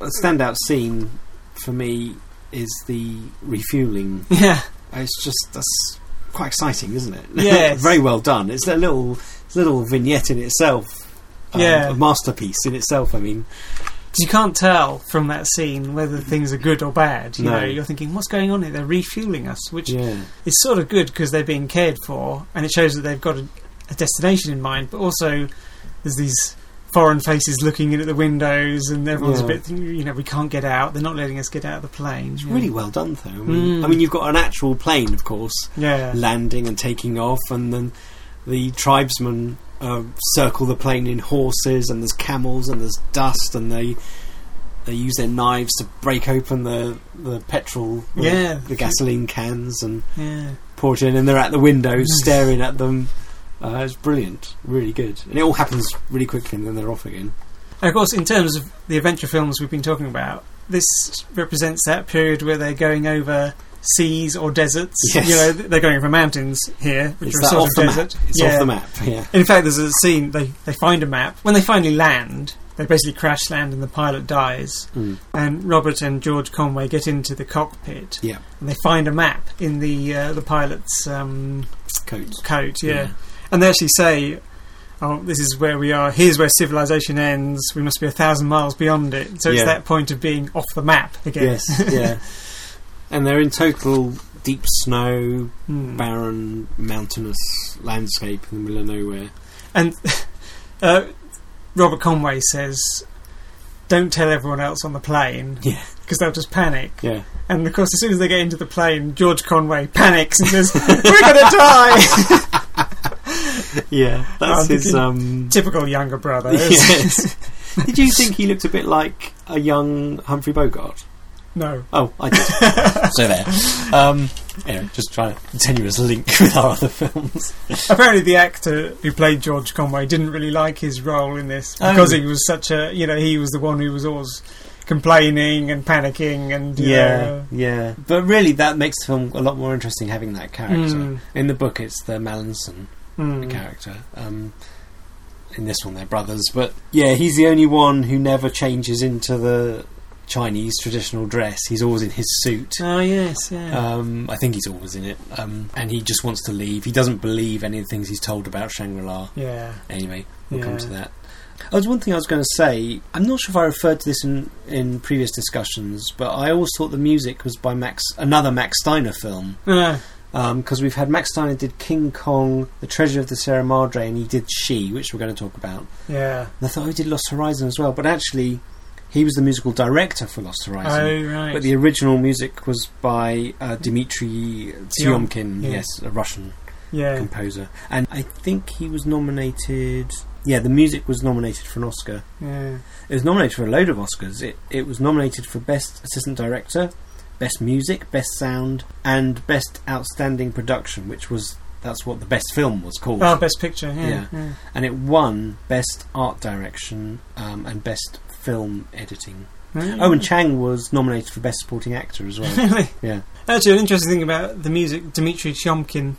[SPEAKER 1] A standout scene for me is the refueling.
[SPEAKER 2] yeah.
[SPEAKER 1] It's just that's quite exciting, isn't it?
[SPEAKER 2] Yes.
[SPEAKER 1] very well done. It's a little it's a little vignette in itself. um,
[SPEAKER 2] Yeah.
[SPEAKER 1] a masterpiece in itself. I mean,
[SPEAKER 2] 'Cause you can't tell from that scene whether things are good or bad. You
[SPEAKER 1] No.
[SPEAKER 2] know, you're thinking, what's going on here? They're refueling us, which
[SPEAKER 1] yeah,
[SPEAKER 2] is sort of good because they're being cared for, and it shows that they've got a, a destination in mind. But also, there's these foreign faces looking in at the windows, and everyone's a
[SPEAKER 1] Yeah.
[SPEAKER 2] bit, you know, we can't get out. They're not letting us get out of the plane.
[SPEAKER 1] it's
[SPEAKER 2] Yeah.
[SPEAKER 1] really well done, though. I mean,
[SPEAKER 2] Mm.
[SPEAKER 1] I mean, you've got an actual plane, of course,
[SPEAKER 2] yeah,
[SPEAKER 1] landing and taking off, and then the tribesmen uh, circle the plane in horses, and there's camels, and there's dust, and they they use their knives to break open the the petrol, or
[SPEAKER 2] Yeah.
[SPEAKER 1] the gasoline cans, and
[SPEAKER 2] yeah.
[SPEAKER 1] pour it in, and they're at the windows staring at them. Uh, it's brilliant, really good, and it all happens really quickly, and then they're off again.
[SPEAKER 2] And of course, in terms of the adventure films we've been talking about, this represents that period where they're going over seas or deserts.
[SPEAKER 1] Yes.
[SPEAKER 2] You know, th- they're going over mountains here, which
[SPEAKER 1] It's
[SPEAKER 2] are a
[SPEAKER 1] that
[SPEAKER 2] sort
[SPEAKER 1] off
[SPEAKER 2] of
[SPEAKER 1] the
[SPEAKER 2] desert.
[SPEAKER 1] map. It's
[SPEAKER 2] yeah.
[SPEAKER 1] off the map. Yeah,
[SPEAKER 2] In fact, there's a scene they they find a map. When they finally land, they basically crash land and the pilot dies.
[SPEAKER 1] Mm.
[SPEAKER 2] And Robert and George Conway get into the cockpit.
[SPEAKER 1] Yeah.
[SPEAKER 2] And they find a map in the uh, the pilot's um,
[SPEAKER 1] coat.
[SPEAKER 2] coat. yeah. And they actually say, "Oh, this is where we are. Here's where civilization ends. We must be a thousand miles beyond it." So it's
[SPEAKER 1] Yeah.
[SPEAKER 2] that point of being off the map again.
[SPEAKER 1] Yes, yeah. And they're in total deep snow,
[SPEAKER 2] Hmm.
[SPEAKER 1] barren, mountainous landscape in the middle of nowhere.
[SPEAKER 2] And uh, Robert Conway says, "Don't tell everyone else on the plane."
[SPEAKER 1] Yeah.
[SPEAKER 2] Because they'll just panic.
[SPEAKER 1] Yeah.
[SPEAKER 2] And of course, as soon as they get into the plane, George Conway panics and says, We're going to die!
[SPEAKER 1] Yeah.
[SPEAKER 2] I'm
[SPEAKER 1] That's his
[SPEAKER 2] thinking-
[SPEAKER 1] um
[SPEAKER 2] Typical younger brother.
[SPEAKER 1] Yes. Did you think he looked a bit like a young Humphrey Bogart?
[SPEAKER 2] No.
[SPEAKER 1] Oh, I did. so there. Um, anyway, just trying to tenuous link with our other films.
[SPEAKER 2] Apparently, the actor who played George Conway didn't really like his role in this
[SPEAKER 1] Oh.
[SPEAKER 2] because he was such a you know he was the one who was always complaining and panicking and you know,
[SPEAKER 1] yeah. But really, that makes the film a lot more interesting having that character.
[SPEAKER 2] Mm,
[SPEAKER 1] In the book, it's the Mallinson
[SPEAKER 2] mm.
[SPEAKER 1] character. Um, in this one, they're brothers. But yeah, he's the only one who never changes into the Chinese traditional dress. He's always in his suit.
[SPEAKER 2] Oh yes, yeah.
[SPEAKER 1] Um, I think he's always in it. Um, and he just wants to leave. He doesn't believe any of the things he's told about Shangri La.
[SPEAKER 2] yeah.
[SPEAKER 1] Anyway, we'll
[SPEAKER 2] yeah.
[SPEAKER 1] come to that. Oh, there's one thing I was going to say. I'm not sure if I referred to this in, in previous discussions, but I always thought the music was by Max, another Max Steiner film.
[SPEAKER 2] Ah,
[SPEAKER 1] Because Um, we've had Max Steiner did King Kong, The Treasure of the Sierra Madre, and he did She, which we're going to talk about.
[SPEAKER 2] yeah.
[SPEAKER 1] And I thought, oh, he did Lost Horizon as well. But actually, he was the musical director for Lost Horizon.
[SPEAKER 2] Oh right.
[SPEAKER 1] But the original music was by uh, Dmitry
[SPEAKER 2] Tsiom-
[SPEAKER 1] Tiomkin,
[SPEAKER 2] yeah.
[SPEAKER 1] yes, a Russian
[SPEAKER 2] yeah.
[SPEAKER 1] composer. And I think he was nominated. Yeah, the music was nominated for an Oscar.
[SPEAKER 2] Yeah.
[SPEAKER 1] It was nominated for a load of Oscars. It, it was nominated for Best Assistant Director, Best Music, Best Sound, and Best Outstanding Production, which was. That's what the best film was called.
[SPEAKER 2] Oh, best picture.
[SPEAKER 1] Yeah.
[SPEAKER 2] Yeah. yeah.
[SPEAKER 1] And it won Best Art Direction um, and Best Film Editing. Oh, and Chang was nominated for Best Supporting Actor as well.
[SPEAKER 2] Really?
[SPEAKER 1] Yeah.
[SPEAKER 2] Actually, an interesting thing about the music, Dmitry Chomkin,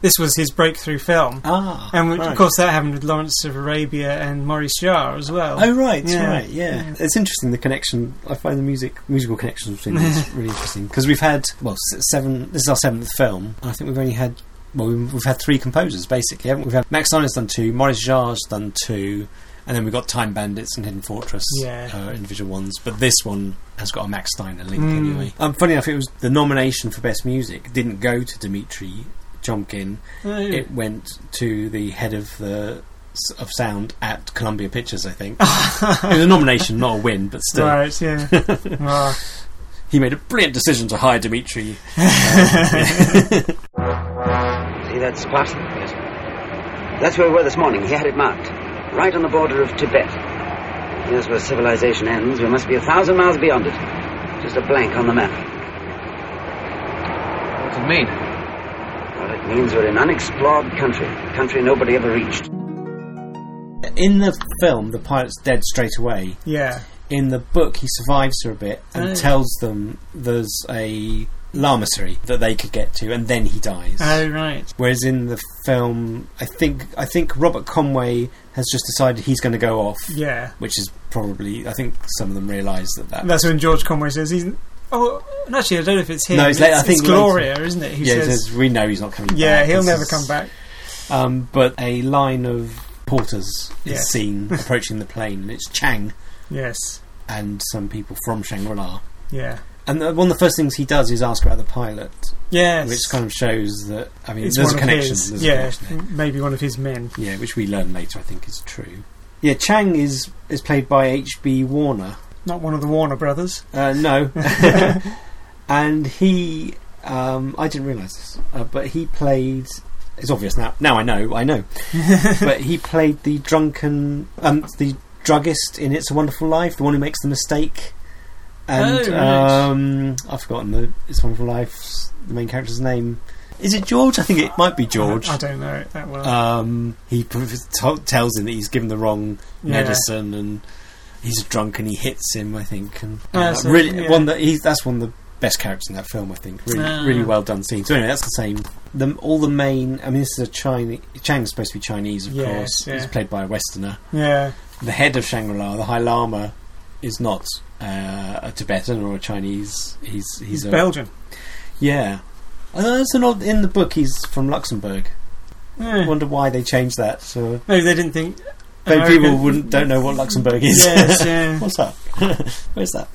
[SPEAKER 2] this was his breakthrough film.
[SPEAKER 1] ah.
[SPEAKER 2] And which,
[SPEAKER 1] right.
[SPEAKER 2] of course, that happened with Lawrence of Arabia and Maurice Jarre as well.
[SPEAKER 1] Oh right,
[SPEAKER 2] Yeah.
[SPEAKER 1] right, yeah.
[SPEAKER 2] Yeah.
[SPEAKER 1] It's interesting the connection. I find the music musical connections between these really interesting because we've had well s- seven. This is our seventh film. and I think we've only had well we've we've had three composers basically, haven't we? We've had Max Steiner's done two, Maurice Jarre's done two, and then we've got Time Bandits and Hidden Fortress,
[SPEAKER 2] Yeah.
[SPEAKER 1] uh, individual ones. But this one has got a Max Steiner link
[SPEAKER 2] Mm.
[SPEAKER 1] anyway. Um, funny enough, it was the nomination for best music didn't go to Dimitri Chomkin.
[SPEAKER 2] Oh,
[SPEAKER 1] It went to the head of the s- of sound at Columbia Pictures, I think. It was a nomination, not a win, but still.
[SPEAKER 2] Right, yeah. Ah.
[SPEAKER 1] He made a brilliant decision to hire Dimitri.
[SPEAKER 3] See that spot? Yes. That's where we were this morning. He had it marked. Right on the border of Tibet. Here's where civilization ends. We must be a thousand miles beyond it. Just a blank on the map.
[SPEAKER 4] What's it mean?
[SPEAKER 3] Well, it means we're in unexplored country. Country nobody ever reached.
[SPEAKER 1] In the film, the pilot's dead straight away.
[SPEAKER 2] yeah.
[SPEAKER 1] In the book, he survives for a bit and
[SPEAKER 2] Oh.
[SPEAKER 1] tells them there's a lamasery that they could get to, and then he dies.
[SPEAKER 2] Oh, right.
[SPEAKER 1] Whereas in the film, I think I think Robert Conway has just decided he's going to go off,
[SPEAKER 2] Yeah.
[SPEAKER 1] which is probably I think some of them realise that that
[SPEAKER 2] That's when George Conway says he's. Oh, and actually, I don't know if it's him.
[SPEAKER 1] No, it's later- I think
[SPEAKER 2] it's
[SPEAKER 1] later.
[SPEAKER 2] Gloria, isn't it? Who
[SPEAKER 1] yeah, he
[SPEAKER 2] says,
[SPEAKER 1] says, we know he's not coming.
[SPEAKER 2] Yeah,
[SPEAKER 1] back.
[SPEAKER 2] he'll
[SPEAKER 1] This
[SPEAKER 2] never
[SPEAKER 1] is-
[SPEAKER 2] come back.
[SPEAKER 1] Um, but a line of porters is
[SPEAKER 2] Yes.
[SPEAKER 1] seen approaching the plane, and it's Chang
[SPEAKER 2] Yes.
[SPEAKER 1] and some people from Shangri La.
[SPEAKER 2] Yeah.
[SPEAKER 1] And the, one of the first things he does is ask about the pilot,
[SPEAKER 2] Yes.
[SPEAKER 1] which kind of shows that I mean,
[SPEAKER 2] it's
[SPEAKER 1] there's
[SPEAKER 2] one
[SPEAKER 1] a
[SPEAKER 2] of
[SPEAKER 1] connection.
[SPEAKER 2] his.
[SPEAKER 1] There's a
[SPEAKER 2] yeah,
[SPEAKER 1] connection there.
[SPEAKER 2] maybe one of his men.
[SPEAKER 1] yeah, which we learn later, I think, is true. Yeah, Chang is is played by H. B. Warner.
[SPEAKER 2] Not one of the Warner brothers.
[SPEAKER 1] Uh, no, and he, um, I didn't realise this, uh, but he played. It's obvious now. Now I know. I know. but he played the drunken, um, the druggist in "It's a Wonderful Life," the one who makes the mistake. And
[SPEAKER 2] Oh, right.
[SPEAKER 1] um, I've forgotten the "It's a Wonderful Life's the main character's name. Is it George? I think it might be George.
[SPEAKER 2] I, I don't know it that well.
[SPEAKER 1] Um, he p- t- tells him that he's given the wrong
[SPEAKER 2] Yeah.
[SPEAKER 1] medicine and he's drunk and he hits him I think and
[SPEAKER 2] Ah,
[SPEAKER 1] uh,
[SPEAKER 2] so,
[SPEAKER 1] really
[SPEAKER 2] yeah.
[SPEAKER 1] one that he's that's one of the best characters in that film I think really
[SPEAKER 2] Ah.
[SPEAKER 1] really well done scene so anyway that's the same the, all the main I mean this is a Chinese Chang's supposed to be Chinese of
[SPEAKER 2] Yes,
[SPEAKER 1] course
[SPEAKER 2] yeah.
[SPEAKER 1] he's played by a westerner
[SPEAKER 2] Yeah.
[SPEAKER 1] the head of Shangri-La the High Lama is not uh, a Tibetan or a Chinese he's he's,
[SPEAKER 2] He's,
[SPEAKER 1] a
[SPEAKER 2] Belgian.
[SPEAKER 1] yeah Although it's an odd in the book he's from Luxembourg I
[SPEAKER 2] Yeah.
[SPEAKER 1] wonder why they changed that so
[SPEAKER 2] Maybe they didn't think.
[SPEAKER 1] maybe
[SPEAKER 2] American-
[SPEAKER 1] people wouldn't don't know what Luxembourg is
[SPEAKER 2] Yes, yeah.
[SPEAKER 1] what's that where's that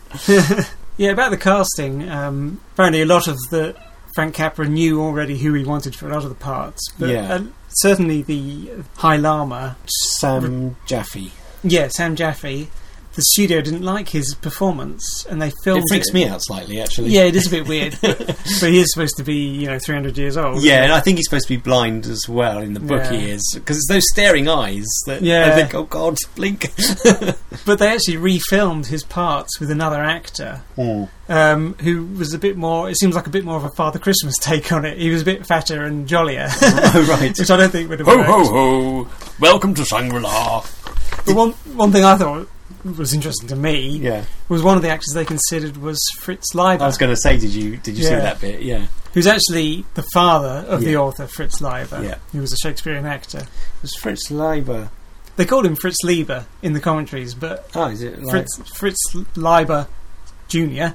[SPEAKER 2] yeah, about the casting. Um, apparently, a lot of the Frank Capra knew already who he wanted for a lot of the parts, but
[SPEAKER 1] Yeah.
[SPEAKER 2] uh, certainly the High Lama.
[SPEAKER 1] Sam Jaffe.
[SPEAKER 2] Yeah, Sam Jaffe. the studio didn't like his performance, and they filmed.
[SPEAKER 1] It freaks me out slightly, actually.
[SPEAKER 2] Yeah, it is a bit weird, but, but he is supposed to be you know 300 years old.
[SPEAKER 1] Yeah, and I think he's supposed to be blind as well in the book. He
[SPEAKER 2] Yeah.
[SPEAKER 1] is because it's those staring eyes that I
[SPEAKER 2] Yeah.
[SPEAKER 1] think, oh God, blink.
[SPEAKER 2] But they actually refilmed his parts with another actor
[SPEAKER 1] Mm.
[SPEAKER 2] um, who was a bit more. It seems like a bit more of a Father Christmas take on it. He was a bit fatter and jollier,
[SPEAKER 1] oh right.
[SPEAKER 2] which I don't think would have
[SPEAKER 1] Ho
[SPEAKER 2] worked.
[SPEAKER 1] ho ho! Welcome to Shangri La.
[SPEAKER 2] But one one thing I thought was interesting to me
[SPEAKER 1] Yeah,
[SPEAKER 2] was one of the actors they considered was Fritz
[SPEAKER 1] I
[SPEAKER 2] Leiber,
[SPEAKER 1] was going to say, did you did you see
[SPEAKER 2] Yeah.
[SPEAKER 1] that bit? Yeah,
[SPEAKER 2] who's actually the father of the
[SPEAKER 1] Yeah.
[SPEAKER 2] author Fritz Leiber,
[SPEAKER 1] Yeah.
[SPEAKER 2] who was a Shakespearean actor.
[SPEAKER 1] it was Fritz Leiber.
[SPEAKER 2] They called him Fritz Leiber in the commentaries, but
[SPEAKER 1] Oh, is it like,
[SPEAKER 2] Fritz, Fritz Leiber Jr.,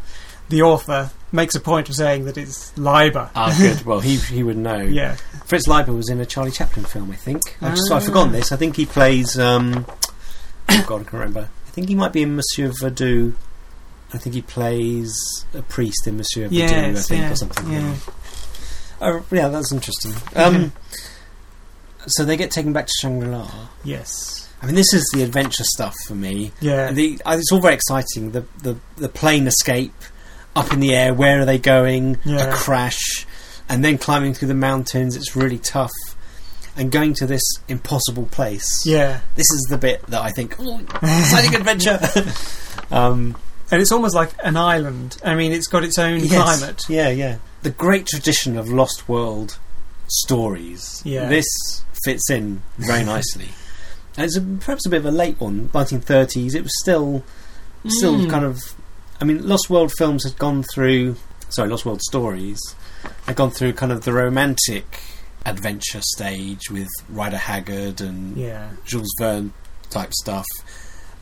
[SPEAKER 2] the author, makes a point of saying that it's Leiber.
[SPEAKER 1] Ah, good. Well, he he would know.
[SPEAKER 2] Yeah.
[SPEAKER 1] Fritz Leiber was in a Charlie Chaplin film, I think. I've, just, I've
[SPEAKER 2] Ah.
[SPEAKER 1] forgotten this. I think he plays. Um, oh God, I can't remember. I think he might be in Monsieur Vadou. I think he plays a priest in Monsieur Vadou, I
[SPEAKER 2] Yes,
[SPEAKER 1] think,
[SPEAKER 2] yeah,
[SPEAKER 1] or something.
[SPEAKER 2] yeah.
[SPEAKER 1] Oh, yeah, that's interesting. Um, so they get taken back to Shangri La.
[SPEAKER 2] Yes.
[SPEAKER 1] I mean, this is the adventure stuff for me.
[SPEAKER 2] Yeah.
[SPEAKER 1] The, uh, it's all very exciting. The, the the plane escape, up in the air. Where are they going?
[SPEAKER 2] Yeah.
[SPEAKER 1] A crash, and then climbing through the mountains. It's really tough, and going to this impossible place.
[SPEAKER 2] yeah.
[SPEAKER 1] This is the bit that I think, oh, exciting adventure. um,
[SPEAKER 2] And it's almost like an island. I mean, it's got its own
[SPEAKER 1] yes.
[SPEAKER 2] climate.
[SPEAKER 1] Yeah, yeah. The great tradition of Lost World stories.
[SPEAKER 2] Yeah.
[SPEAKER 1] This fits in very nicely. And it's a, perhaps a bit of a late one, 1930s. It was still still
[SPEAKER 2] Mm.
[SPEAKER 1] kind of. I mean, Lost World films had gone through. Sorry, Lost World stories had gone through kind of the romantic adventure stage with Ryder Haggard and
[SPEAKER 2] Yeah.
[SPEAKER 1] Jules Verne type stuff.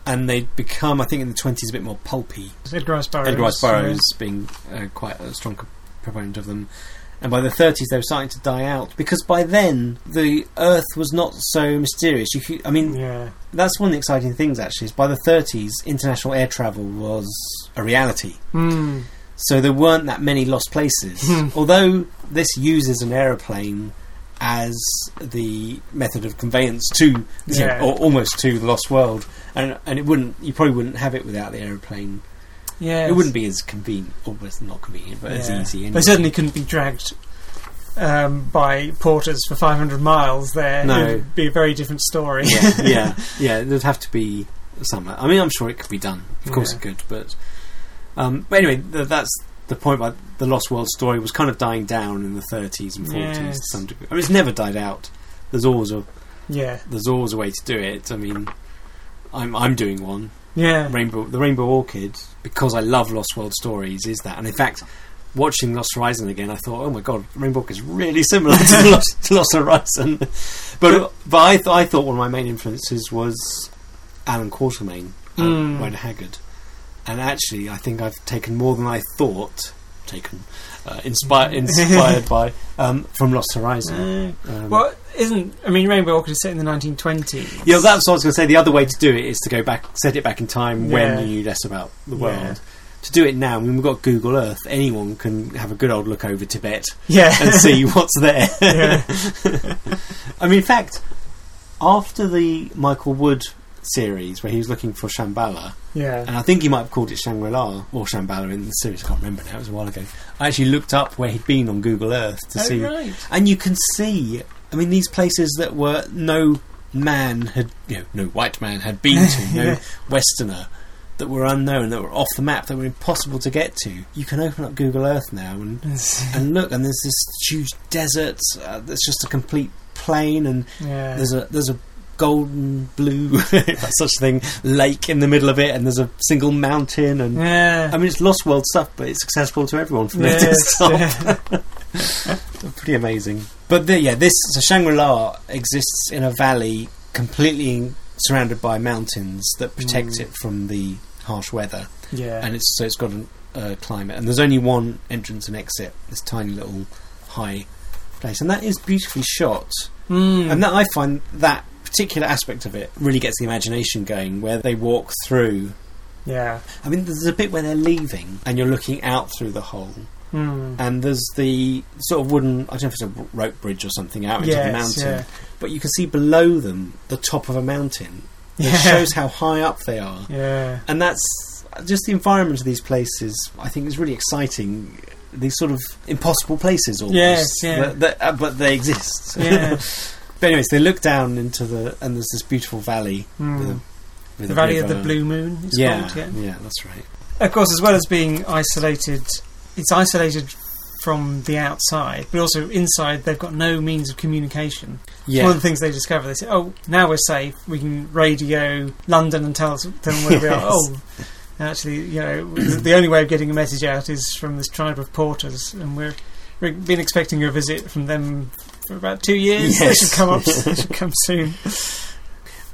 [SPEAKER 1] And they'd become, I think, in the 20s, a bit more pulpy.
[SPEAKER 2] Edgar Rice Burroughs.
[SPEAKER 1] Edgar Rice Burroughs being uh, quite a strong co- proponent of them. And by the 30s, they were starting to die out because by then the Earth was not so mysterious. You, could- I mean,
[SPEAKER 2] Yeah.
[SPEAKER 1] that's one of the exciting things actually. Is by the 30s, international air travel was a reality.
[SPEAKER 2] Mm.
[SPEAKER 1] So there weren't that many lost places.
[SPEAKER 2] Hmm.
[SPEAKER 1] Although this uses an aeroplane as the method of conveyance to, you know,
[SPEAKER 2] Yeah.
[SPEAKER 1] or almost to the lost world, and and it wouldn't, you probably wouldn't have it without the aeroplane.
[SPEAKER 2] Yeah.
[SPEAKER 1] It wouldn't be as convenient, or it's not convenient, but as
[SPEAKER 2] Yeah.
[SPEAKER 1] easy. Anyway.
[SPEAKER 2] They certainly couldn't be dragged um, by porters for 500 miles there.
[SPEAKER 1] No.
[SPEAKER 2] It would be a very different story.
[SPEAKER 1] yeah, yeah, yeah. There'd have to be some. I mean, I'm sure it could be done. Of course,
[SPEAKER 2] Yeah.
[SPEAKER 1] it could. But, um, but anyway, th- that's the point. About the Lost World story was kind of dying down in the 30s and 40s to
[SPEAKER 2] Yes.
[SPEAKER 1] some degree. I mean, it's never died out. There's always a
[SPEAKER 2] yeah.
[SPEAKER 1] there's always a way to do it. I mean, I'm I'm doing one.
[SPEAKER 2] Yeah.
[SPEAKER 1] Rainbow the Rainbow Orchid because I love Lost World stories is that, and in fact. Watching Lost Horizon again, I thought, "Oh my god, Rainbow Orchid is really similar to Lost, to Lost Horizon." But but I, th- I thought one of my main influences was Alan Quatermain, and
[SPEAKER 2] Mm.
[SPEAKER 1] Red Haggard, and actually I think I've taken more than I thought taken, uh, inspired inspired by um, from Lost Horizon.
[SPEAKER 2] Uh,
[SPEAKER 1] Um,
[SPEAKER 2] well, isn't. I mean, Rainbow Orchid is set in the 1920s.
[SPEAKER 1] Yeah, that's what I was going to say. The other way to do it is to go back, set it back in time when
[SPEAKER 2] Yeah.
[SPEAKER 1] you knew less about the
[SPEAKER 2] Yeah.
[SPEAKER 1] world. To do it now, I mean, we've got Google Earth. Anyone can have a good old look over Tibet
[SPEAKER 2] Yeah.
[SPEAKER 1] and see what's there.
[SPEAKER 2] yeah.
[SPEAKER 1] I mean, in fact, after the Michael Wood series where he was looking for Shambhala,
[SPEAKER 2] Yeah.
[SPEAKER 1] and I think he might have called it Shangri La or Shambhala in the series, I can't remember now, it was a while ago. I actually looked up where he'd been on Google Earth
[SPEAKER 2] Oh,
[SPEAKER 1] to see.
[SPEAKER 2] right.
[SPEAKER 1] And you can see, I mean, these places that were no man had, you know, no white man had been to, no
[SPEAKER 2] Yeah.
[SPEAKER 1] Westerner. That were unknown, that were off the map, that were impossible to get to. You can open up Google Earth now and and look, and there's this huge desert uh, that's just a complete plain, and
[SPEAKER 2] yeah.
[SPEAKER 1] there's a there's a golden blue that such thing lake in the middle of it, and there's a single mountain, and
[SPEAKER 2] yeah.
[SPEAKER 1] I mean it's Lost World stuff, but it's accessible to everyone from their
[SPEAKER 2] Yes,
[SPEAKER 1] desktop.
[SPEAKER 2] yeah.
[SPEAKER 1] Pretty amazing. But the, yeah, this so Shangri La exists in a valley completely in- surrounded by mountains that protect
[SPEAKER 2] Mm.
[SPEAKER 1] it from the harsh weather,
[SPEAKER 2] Yeah.
[SPEAKER 1] and it's so it's got a uh, climate, and there's only one entrance and exit. This tiny little high place, and that is beautifully shot.
[SPEAKER 2] Mm.
[SPEAKER 1] And that I find that particular aspect of it really gets the imagination going where they walk through.
[SPEAKER 2] yeah.
[SPEAKER 1] I mean, there's a bit where they're leaving and you're looking out through the hole,
[SPEAKER 2] Mm.
[SPEAKER 1] and there's the sort of wooden, I don't know if it's a rope bridge or something out into the
[SPEAKER 2] Yes,
[SPEAKER 1] mountain,
[SPEAKER 2] yeah.
[SPEAKER 1] but you can see below them the top of a mountain It
[SPEAKER 2] Yeah.
[SPEAKER 1] shows how high up they are.
[SPEAKER 2] Yeah.
[SPEAKER 1] and that's just the environment of these places. I think is really exciting. These sort of impossible places, almost.
[SPEAKER 2] Yes, yeah.
[SPEAKER 1] That- that- uh, but they exist.
[SPEAKER 2] Yeah.
[SPEAKER 1] but anyways, they look down into the and there's this beautiful valley.
[SPEAKER 2] Mm.
[SPEAKER 1] With a, with
[SPEAKER 2] The
[SPEAKER 1] a
[SPEAKER 2] Valley
[SPEAKER 1] river.
[SPEAKER 2] of the Blue Moon, it's
[SPEAKER 1] yeah,
[SPEAKER 2] called, yeah.
[SPEAKER 1] yeah, that's right.
[SPEAKER 2] Of course, as well as being isolated, it's isolated from the outside, but also inside they've got no means of communication.
[SPEAKER 1] Yeah,
[SPEAKER 2] One of the things they discover, they say, oh, now we're safe, we can radio London and tell, us- tell them where we are.
[SPEAKER 1] Yes.
[SPEAKER 2] Oh, actually, you know, the only way of getting a message out is from this tribe of porters, and we're, we've been expecting a visit from them for about two years. They
[SPEAKER 1] Yes.
[SPEAKER 2] should come up, they should come soon.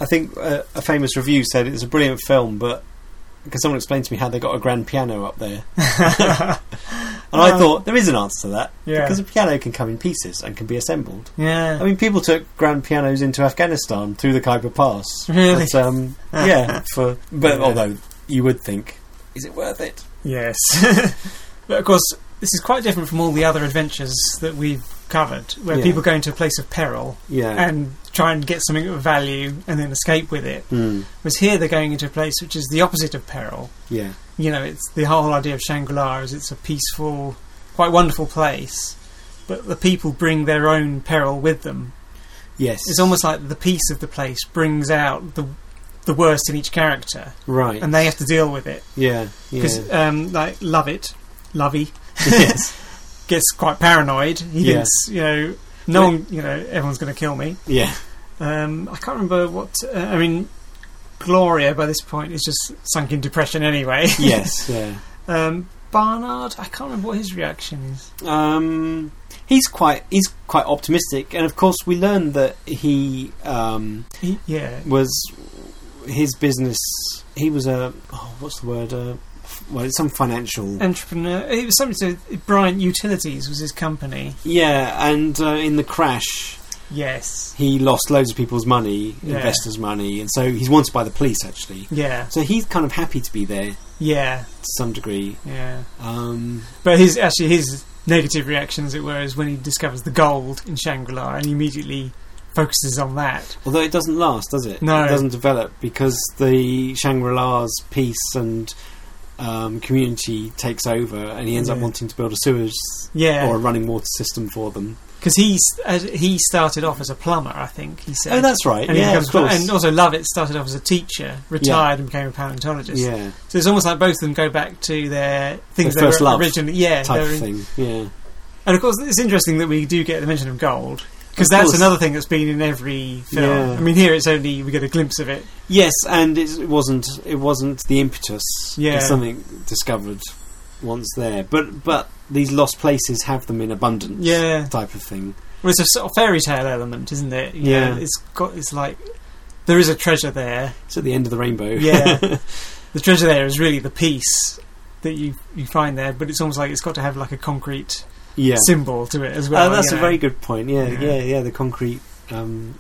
[SPEAKER 1] I think uh, a famous review said it's a brilliant film, but because someone explained to me how they got a grand piano up there, and I
[SPEAKER 2] Ah.
[SPEAKER 1] thought there is an answer to that
[SPEAKER 2] Yeah.
[SPEAKER 1] because a piano can come in pieces and can be assembled.
[SPEAKER 2] yeah.
[SPEAKER 1] I mean, people took grand pianos into Afghanistan through the Khyber Pass.
[SPEAKER 2] Really?
[SPEAKER 1] But, um, yeah. For but
[SPEAKER 2] Yeah.
[SPEAKER 1] although you would think, is it worth it?
[SPEAKER 2] Yes. but of course, this is quite different from all the other adventures that we've covered, where
[SPEAKER 1] Yeah.
[SPEAKER 2] people go into a place of peril
[SPEAKER 1] Yeah.
[SPEAKER 2] and try and get something of value and then escape with it.
[SPEAKER 1] Mm,
[SPEAKER 2] Whereas here they're going into a place which is the opposite of peril.
[SPEAKER 1] yeah.
[SPEAKER 2] You know, it's the whole idea of Shangri La is it's a peaceful, quite wonderful place. But the people bring their own peril with them.
[SPEAKER 1] Yes.
[SPEAKER 2] It's almost like the peace of the place brings out the the worst in each character,
[SPEAKER 1] right.
[SPEAKER 2] and they have to deal with it.
[SPEAKER 1] yeah. Yeah.
[SPEAKER 2] Because um, like Lovett, Lovey,
[SPEAKER 1] yes.
[SPEAKER 2] gets quite paranoid. He
[SPEAKER 1] Yeah.
[SPEAKER 2] thinks, you know, no one, you know, everyone's going to kill me.
[SPEAKER 1] Yeah.
[SPEAKER 2] Um, I can't remember what. Uh, I mean, Gloria by this point is just sunk in depression anyway.
[SPEAKER 1] Yes. Yeah.
[SPEAKER 2] um, Barnard, I can't remember what his reaction is.
[SPEAKER 1] Um, he's quite he's quite optimistic, and of course we learn that he um,
[SPEAKER 2] He, yeah,
[SPEAKER 1] was his business. He was a oh, what's the word? Uh, f- well, it's some financial.
[SPEAKER 2] entrepreneur. It was something to Bryant Utilities was his company.
[SPEAKER 1] Yeah, and uh, in the crash,
[SPEAKER 2] Yes.
[SPEAKER 1] he lost loads of people's money,
[SPEAKER 2] Yeah.
[SPEAKER 1] investors' money, and so he's wanted by the police actually.
[SPEAKER 2] Yeah.
[SPEAKER 1] So he's kind of happy to be there
[SPEAKER 2] Yeah.
[SPEAKER 1] to some degree.
[SPEAKER 2] Yeah.
[SPEAKER 1] Um,
[SPEAKER 2] But his actually his negative reaction, as it were, is when he discovers the gold in Shangri La and he immediately focuses on that.
[SPEAKER 1] although it doesn't last, does it?
[SPEAKER 2] No.
[SPEAKER 1] it doesn't develop because the Shangri-La's peace and um, community takes over, and he ends up
[SPEAKER 2] Yeah.
[SPEAKER 1] wanting to build a sewers
[SPEAKER 2] Yeah.
[SPEAKER 1] or a running water system for them.
[SPEAKER 2] Because he as he started off as a plumber, I think he said.
[SPEAKER 1] Oh, that's right.
[SPEAKER 2] and he
[SPEAKER 1] yeah, of
[SPEAKER 2] becomes-
[SPEAKER 1] course.
[SPEAKER 2] and also Lovett started off as a teacher, retired and became a paleontologist.
[SPEAKER 1] yeah,
[SPEAKER 2] So it's almost like both of them go back to their things
[SPEAKER 1] Their
[SPEAKER 2] they
[SPEAKER 1] first
[SPEAKER 2] were
[SPEAKER 1] love
[SPEAKER 2] originally. Yeah,
[SPEAKER 1] type
[SPEAKER 2] they're
[SPEAKER 1] of
[SPEAKER 2] in-
[SPEAKER 1] thing. Yeah,
[SPEAKER 2] and of course it's interesting that we do get the mention of gold because
[SPEAKER 1] Of
[SPEAKER 2] that's
[SPEAKER 1] course.
[SPEAKER 2] another thing that's been in every film.
[SPEAKER 1] Yeah.
[SPEAKER 2] I mean, here it's only we get a glimpse of it.
[SPEAKER 1] yes, and it's, it wasn't it wasn't the impetus.
[SPEAKER 2] Yeah.
[SPEAKER 1] it's something discovered once there, but but these lost places have them in abundance.
[SPEAKER 2] Yeah,
[SPEAKER 1] type of thing.
[SPEAKER 2] well, it's a sort of fairy tale element, isn't it? You
[SPEAKER 1] Yeah.
[SPEAKER 2] know, it's got it's like there is a treasure there.
[SPEAKER 1] It's at the end of the rainbow.
[SPEAKER 2] Yeah. the treasure there is really the piece that you you find there, but it's almost like it's got to have like a concrete
[SPEAKER 1] yeah.
[SPEAKER 2] symbol to it as
[SPEAKER 1] Uh,
[SPEAKER 2] well.
[SPEAKER 1] that's
[SPEAKER 2] you
[SPEAKER 1] a
[SPEAKER 2] know.
[SPEAKER 1] very good point. Yeah,
[SPEAKER 2] Yeah.
[SPEAKER 1] yeah, yeah. the concrete um,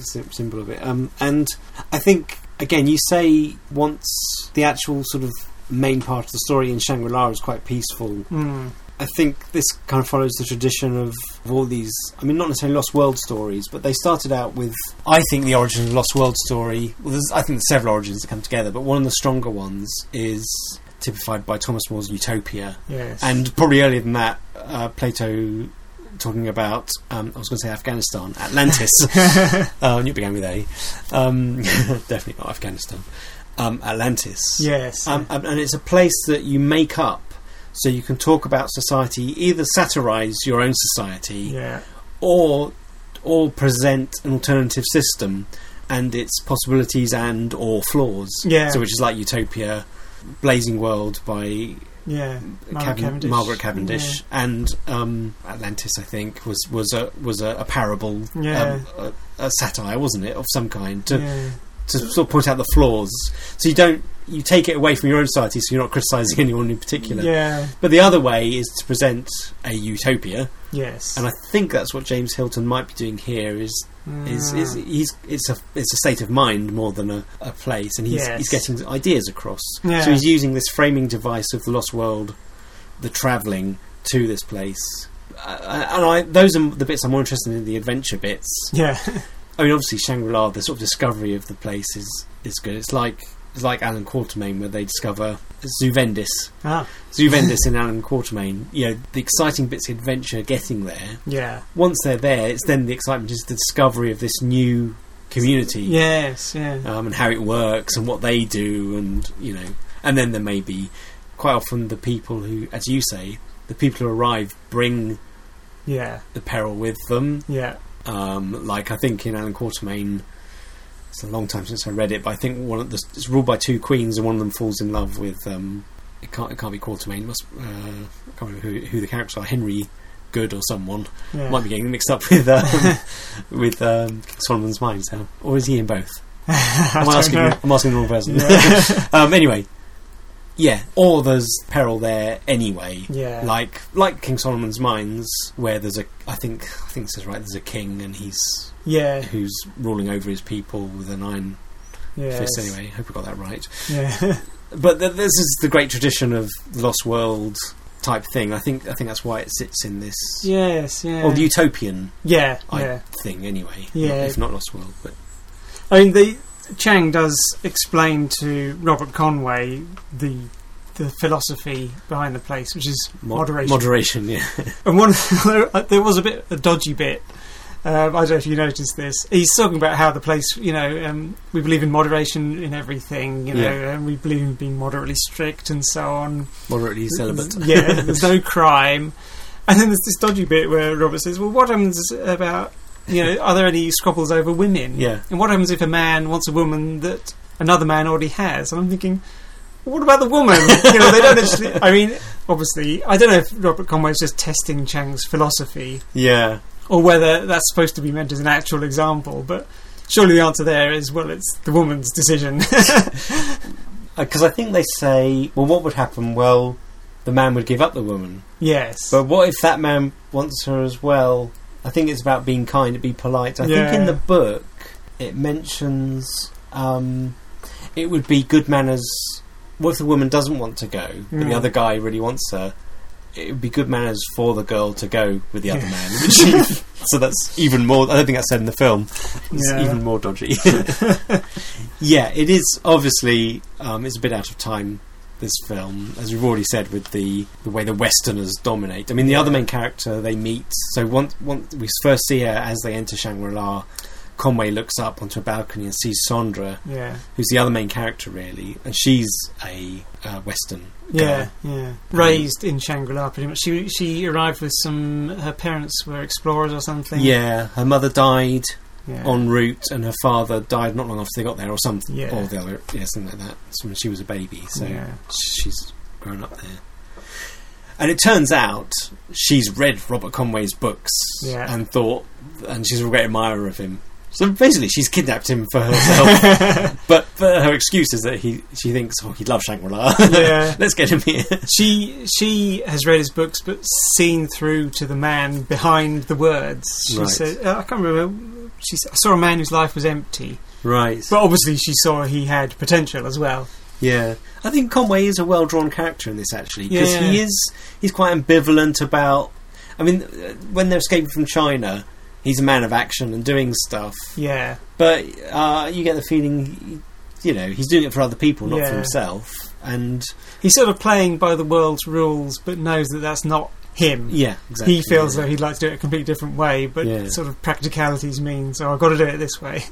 [SPEAKER 1] sy- symbol of it, um, and I think again, you say once the actual sort of main part of the story in Shangri La is quite peaceful.
[SPEAKER 2] Mm,
[SPEAKER 1] I think this kind of follows the tradition of, of all these. I mean, not necessarily Lost World stories, but they started out with. I think the origin of the Lost World story. Well, there's, I think there's several origins that come together, but one of the stronger ones is typified by Thomas More's Utopia,
[SPEAKER 2] yes.
[SPEAKER 1] and probably earlier than that, uh, Plato talking about. Um, I was going to say Afghanistan, Atlantis. um, you began with A. Um, definitely not Afghanistan. Um, Atlantis.
[SPEAKER 2] yes.
[SPEAKER 1] Um, and and it's a place that you make up so you can talk about society, either satirize your own society
[SPEAKER 2] yeah.
[SPEAKER 1] or or present an alternative system and its possibilities and or flaws.
[SPEAKER 2] Yeah.
[SPEAKER 1] So which is like Utopia, Blazing World by
[SPEAKER 2] Yeah. Margaret
[SPEAKER 1] Caven-
[SPEAKER 2] Cavendish.
[SPEAKER 1] Margaret Cavendish, and um, Atlantis, I think, was was a was a, a parable,
[SPEAKER 2] Yeah.
[SPEAKER 1] um, a, a satire, wasn't it, of some kind to
[SPEAKER 2] yeah.
[SPEAKER 1] to sort of point out the flaws. So you don't you take it away from your own society, so you're not criticizing anyone in particular.
[SPEAKER 2] Yeah.
[SPEAKER 1] But the other way is to present a utopia,
[SPEAKER 2] Yes.
[SPEAKER 1] and I think that's what James Hilton might be doing here. Is is,
[SPEAKER 2] Mm.
[SPEAKER 1] is he's it's a it's a state of mind more than a, a place, and he's
[SPEAKER 2] Yes.
[SPEAKER 1] he's getting ideas across.
[SPEAKER 2] Yeah.
[SPEAKER 1] So he's using this framing device of the lost world, the travelling to uh, this place. Uh, and I, those are the bits I'm more interested in the adventure bits
[SPEAKER 2] yeah.
[SPEAKER 1] I mean, obviously Shangri La, the sort of discovery of the place is is good. It's like it's like Alan Quatermain, where they discover Zuvendis.
[SPEAKER 2] Ah,
[SPEAKER 1] Zuvendis and Alan Quatermain. You know, the exciting bits of adventure getting there.
[SPEAKER 2] yeah.
[SPEAKER 1] Once they're there, it's then the excitement is the discovery of this new community
[SPEAKER 2] Yes, yeah.
[SPEAKER 1] um, and how it works and what they do and you know and then there may be quite often the people who as you say the people who arrive bring
[SPEAKER 2] Yeah,
[SPEAKER 1] the peril with them
[SPEAKER 2] yeah.
[SPEAKER 1] um, like I think in Alan Quatermain it's a long time since I read it but I think one of the it's ruled by two queens and one of them falls in love with um, it can't it can't be Quatermain it must uh, I can't remember who, who the characters are Henry Good or someone
[SPEAKER 2] yeah.
[SPEAKER 1] might be getting them mixed up with um, with um, Solomon's Mines now or is he in both
[SPEAKER 2] I
[SPEAKER 1] I'm
[SPEAKER 2] don't
[SPEAKER 1] asking,
[SPEAKER 2] know.
[SPEAKER 1] I'm asking the wrong person. um, anyway, yeah, or there's peril there anyway.
[SPEAKER 2] Yeah.
[SPEAKER 1] Like like King Solomon's Mines, where there's a I think I think this is right. There's a king and he's
[SPEAKER 2] yeah,
[SPEAKER 1] who's ruling over his people with an iron
[SPEAKER 2] yeah.
[SPEAKER 1] fist. Anyway, hope I got that right.
[SPEAKER 2] Yeah,
[SPEAKER 1] But th- this is the great tradition of the Lost World type thing. I think I think that's why it sits in this
[SPEAKER 2] yes, yeah.
[SPEAKER 1] or the utopian
[SPEAKER 2] yeah,
[SPEAKER 1] I-
[SPEAKER 2] yeah.
[SPEAKER 1] thing anyway.
[SPEAKER 2] Yeah.
[SPEAKER 1] if not Lost World, but
[SPEAKER 2] I mean, the Chang does explain to Robert Conway the the philosophy behind the place, which is
[SPEAKER 1] mo-
[SPEAKER 2] moderation.
[SPEAKER 1] Moderation, yeah.
[SPEAKER 2] and one there was a bit a dodgy bit. Um, I don't know if you noticed this. He's talking about how the place, you know, um, we believe in moderation in everything, you know, and we believe in being moderately strict and so on.
[SPEAKER 1] Moderately celibate.
[SPEAKER 2] Yeah, there's no crime. And then there's this dodgy bit where Robert says, "Well, what happens about you know? Are there any squabbles over women?
[SPEAKER 1] Yeah.
[SPEAKER 2] And what happens if a man wants a woman that another man already has?" And I'm thinking, what about the woman? you know, they don't actually. I mean, obviously, I don't know if Robert Conway's just testing Chang's philosophy
[SPEAKER 1] Yeah.
[SPEAKER 2] or whether that's supposed to be meant as an actual example, but. Surely the answer there is well, it's the woman's decision.
[SPEAKER 1] Because Uh, I think they say, well, what would happen? Well, the man would give up the woman.
[SPEAKER 2] yes.
[SPEAKER 1] But what if that man wants her as well? I think it's about being kind, be polite. I think
[SPEAKER 2] Yeah.
[SPEAKER 1] in the book it mentions um, it would be good manners. What if the woman doesn't want to go, but
[SPEAKER 2] Mm.
[SPEAKER 1] the other guy really wants her? It would be good manners for the girl to go with the other
[SPEAKER 2] Yeah.
[SPEAKER 1] man. Which, so that's even more. I don't think that's said in the film. It's
[SPEAKER 2] Yeah.
[SPEAKER 1] even more dodgy. yeah, it is obviously um, it's a bit out of time. This film, as we've already said, with the the way the Westerners dominate. I mean, the other main character they meet. So once once we first see her as they enter Shangri La, Conway looks up onto a balcony and sees Sandra,
[SPEAKER 2] yeah.
[SPEAKER 1] who's the other main character really, and she's a uh, Western.
[SPEAKER 2] Yeah, yeah. Raised in Shangri La, pretty much. She she arrived with some. Her parents were explorers or something.
[SPEAKER 1] Yeah, Oh, her mother died
[SPEAKER 2] yeah.
[SPEAKER 1] en route, and her father died not long after they got there, or something,
[SPEAKER 2] Yeah.
[SPEAKER 1] or the other, yeah, something like that. It's when she was a baby, so
[SPEAKER 2] Yeah.
[SPEAKER 1] she's grown up there. And it turns out she's read Robert Conway's books
[SPEAKER 2] Yeah.
[SPEAKER 1] and thought, and she's a great admirer of him. So basically, she's kidnapped him for herself. but, but her excuse is that he, she thinks, oh, he loves Shangri La.
[SPEAKER 2] Yeah.
[SPEAKER 1] Let's get him here.
[SPEAKER 2] She she has read his books, but seen through to the man behind the words. She
[SPEAKER 1] Right.
[SPEAKER 2] said, uh, "I can't remember." She said, "I saw a man whose life was empty,"
[SPEAKER 1] Right.
[SPEAKER 2] but obviously she saw he had potential as well.
[SPEAKER 1] Yeah, I think Conway is a well-drawn character in this actually because
[SPEAKER 2] Yeah.
[SPEAKER 1] he is he's quite ambivalent about. I mean, uh, when they're escaping from China, he's a man of action and doing stuff,
[SPEAKER 2] Yeah,
[SPEAKER 1] but uh, you get the feeling, you know, he's doing it for other people, not
[SPEAKER 2] Yeah.
[SPEAKER 1] for himself. And
[SPEAKER 2] he's sort of playing by the world's rules, but knows that that's not him.
[SPEAKER 1] yeah, exactly.
[SPEAKER 2] He
[SPEAKER 1] yeah.
[SPEAKER 2] feels though he'd like to do it a completely different way, but
[SPEAKER 1] Yeah.
[SPEAKER 2] sort of practicalities means, oh, I've got to do it this way.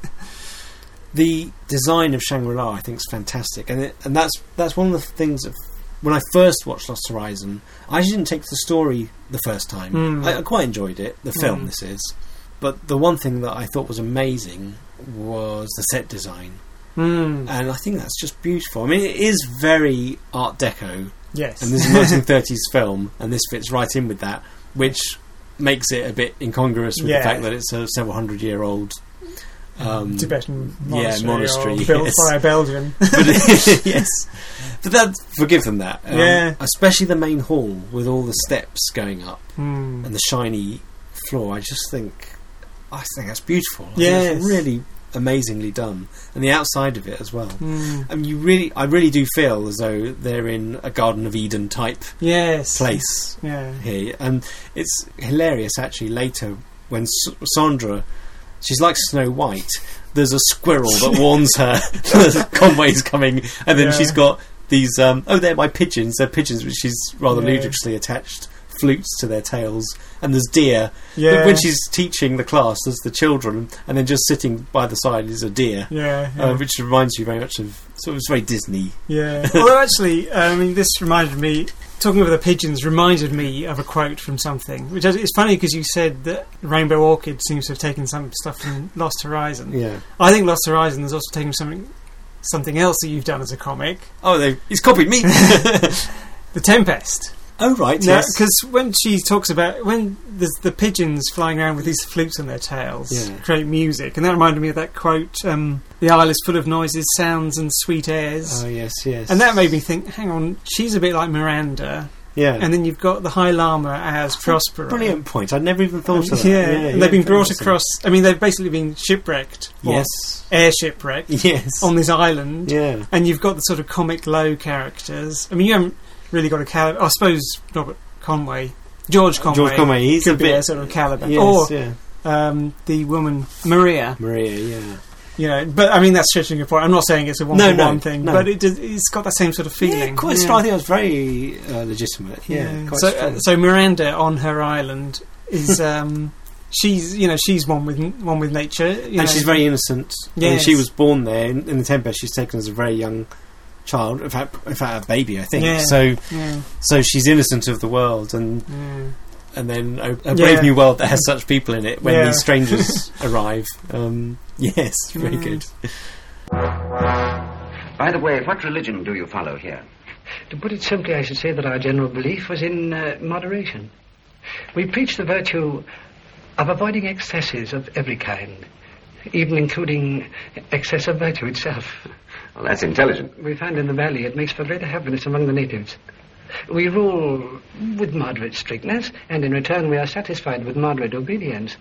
[SPEAKER 1] the design of Shangri La, I think, is fantastic, and it, and that's that's one of the things that when I first watched Lost Horizon, I actually didn't take the story the first time.
[SPEAKER 2] Mm.
[SPEAKER 1] I, I quite enjoyed it, the film
[SPEAKER 2] Mm.
[SPEAKER 1] this is, but the one thing that I thought was amazing was the set design,
[SPEAKER 2] Mm.
[SPEAKER 1] and I think that's just beautiful. I mean, it is very Art Deco,
[SPEAKER 2] Yes.
[SPEAKER 1] and this is a 1930s film, and this fits right in with that, which makes it a bit incongruous with
[SPEAKER 2] Yeah.
[SPEAKER 1] the fact that it's a several hundred year old. Um,
[SPEAKER 2] Tibetan
[SPEAKER 1] yeah,
[SPEAKER 2] monastery,
[SPEAKER 1] monastery,
[SPEAKER 2] or built
[SPEAKER 1] yes.
[SPEAKER 2] by a Belgian.
[SPEAKER 1] but, yes, but that forgive them that. Um,
[SPEAKER 2] Yeah.
[SPEAKER 1] especially the main hall with all the steps going up
[SPEAKER 2] Hmm.
[SPEAKER 1] and the shiny floor. I just think, I think that's beautiful. I think
[SPEAKER 2] Yes.
[SPEAKER 1] it's really amazingly done, and the outside of it as well.
[SPEAKER 2] Hmm.
[SPEAKER 1] I mean, you really, I really do feel as though they're in a Garden of Eden type
[SPEAKER 2] Yes.
[SPEAKER 1] place
[SPEAKER 2] Yeah.
[SPEAKER 1] Um, here, and it's hilarious actually. Later, when S- Sandra She's like Snow White. There's a squirrel that warns her that Conway's coming, and then
[SPEAKER 2] Yeah.
[SPEAKER 1] she's got these. Um, oh, they're my pigeons. They're pigeons, which she's rather
[SPEAKER 2] Yeah.
[SPEAKER 1] ludicrously attached flutes to their tails. And there's deer.
[SPEAKER 2] Yeah.
[SPEAKER 1] When she's teaching the class, there's the children, and then just sitting by the side is a deer,
[SPEAKER 2] Yeah, yeah.
[SPEAKER 1] uh, which reminds you very much of. So it was very Disney.
[SPEAKER 2] Yeah. Although actually, I mean, this reminded me. Talking about the pigeons reminded me of a quote from something, which is, it's funny because you said that Rainbow Orchid seems to have taken some stuff from Lost Horizon.
[SPEAKER 1] Yeah.
[SPEAKER 2] I think Lost Horizon has also taken something something else that you've done as a comic,
[SPEAKER 1] Oh, they, he's copied me.
[SPEAKER 2] The Tempest.
[SPEAKER 1] oh, right. yes.
[SPEAKER 2] Because when she talks about when there's the pigeons flying around with these flutes on their tails,
[SPEAKER 1] Yeah.
[SPEAKER 2] create music, and that reminded me of that quote: um, "The isle is full of noises, sounds, and sweet airs."
[SPEAKER 1] Oh, yes, yes.
[SPEAKER 2] and that made me think, hang on, she's a bit like Miranda,
[SPEAKER 1] Yeah.
[SPEAKER 2] and then you've got the High Lama as Prospero.
[SPEAKER 1] Brilliant point. I'd never even thought of that.
[SPEAKER 2] Yeah, and they've been
[SPEAKER 1] very
[SPEAKER 2] brought
[SPEAKER 1] awesome.
[SPEAKER 2] across. I mean, they've basically been shipwrecked, or
[SPEAKER 1] Yes.
[SPEAKER 2] air shipwrecked
[SPEAKER 1] Yes.
[SPEAKER 2] on this island,
[SPEAKER 1] yeah.
[SPEAKER 2] and you've got the sort of comic low characters. I mean, you haven't really got a caliber. I suppose Robert Conway, George Conway,
[SPEAKER 1] George Conway, he's a
[SPEAKER 2] could be a
[SPEAKER 1] bit.
[SPEAKER 2] sort of caliber,
[SPEAKER 1] Yes,
[SPEAKER 2] or
[SPEAKER 1] yeah.
[SPEAKER 2] um, the woman Maria.
[SPEAKER 1] Maria, yeah.
[SPEAKER 2] You know, but I mean that's stretching a point. I'm not saying it's a
[SPEAKER 1] No,
[SPEAKER 2] one-to-one
[SPEAKER 1] no,
[SPEAKER 2] thing,
[SPEAKER 1] no.
[SPEAKER 2] but it does, it's got that same sort of feeling.
[SPEAKER 1] Yeah, quite strong. I think that was very uh, legitimate. Yeah, quite
[SPEAKER 2] so,
[SPEAKER 1] strong.
[SPEAKER 2] uh, so Miranda on her island is um, she's you know she's one with one with nature, you know.
[SPEAKER 1] and she's very innocent. Yeah,
[SPEAKER 2] Yes.
[SPEAKER 1] she was born there in, in the Tempest. She's taken as a very young child, in fact, in fact, a baby, I think.
[SPEAKER 2] Yeah.
[SPEAKER 1] So,
[SPEAKER 2] yeah,
[SPEAKER 1] so she's innocent of the world, and
[SPEAKER 2] yeah.
[SPEAKER 1] and then a, a brave
[SPEAKER 2] Yeah.
[SPEAKER 1] new world that has such people in it when
[SPEAKER 2] Yeah.
[SPEAKER 1] these strangers arrive. Um, yes, very
[SPEAKER 2] Mm.
[SPEAKER 1] good.
[SPEAKER 3] By the way, what religion do you follow here?
[SPEAKER 4] To put it simply, I should say that our general belief was in uh, moderation. We preach the virtue of avoiding excesses of every kind, even including excess of virtue itself.
[SPEAKER 3] Well, that's intelligent.
[SPEAKER 4] We find in the valley it makes for greater happiness among the natives. We rule with moderate strictness, and in return we are satisfied with moderate obedience.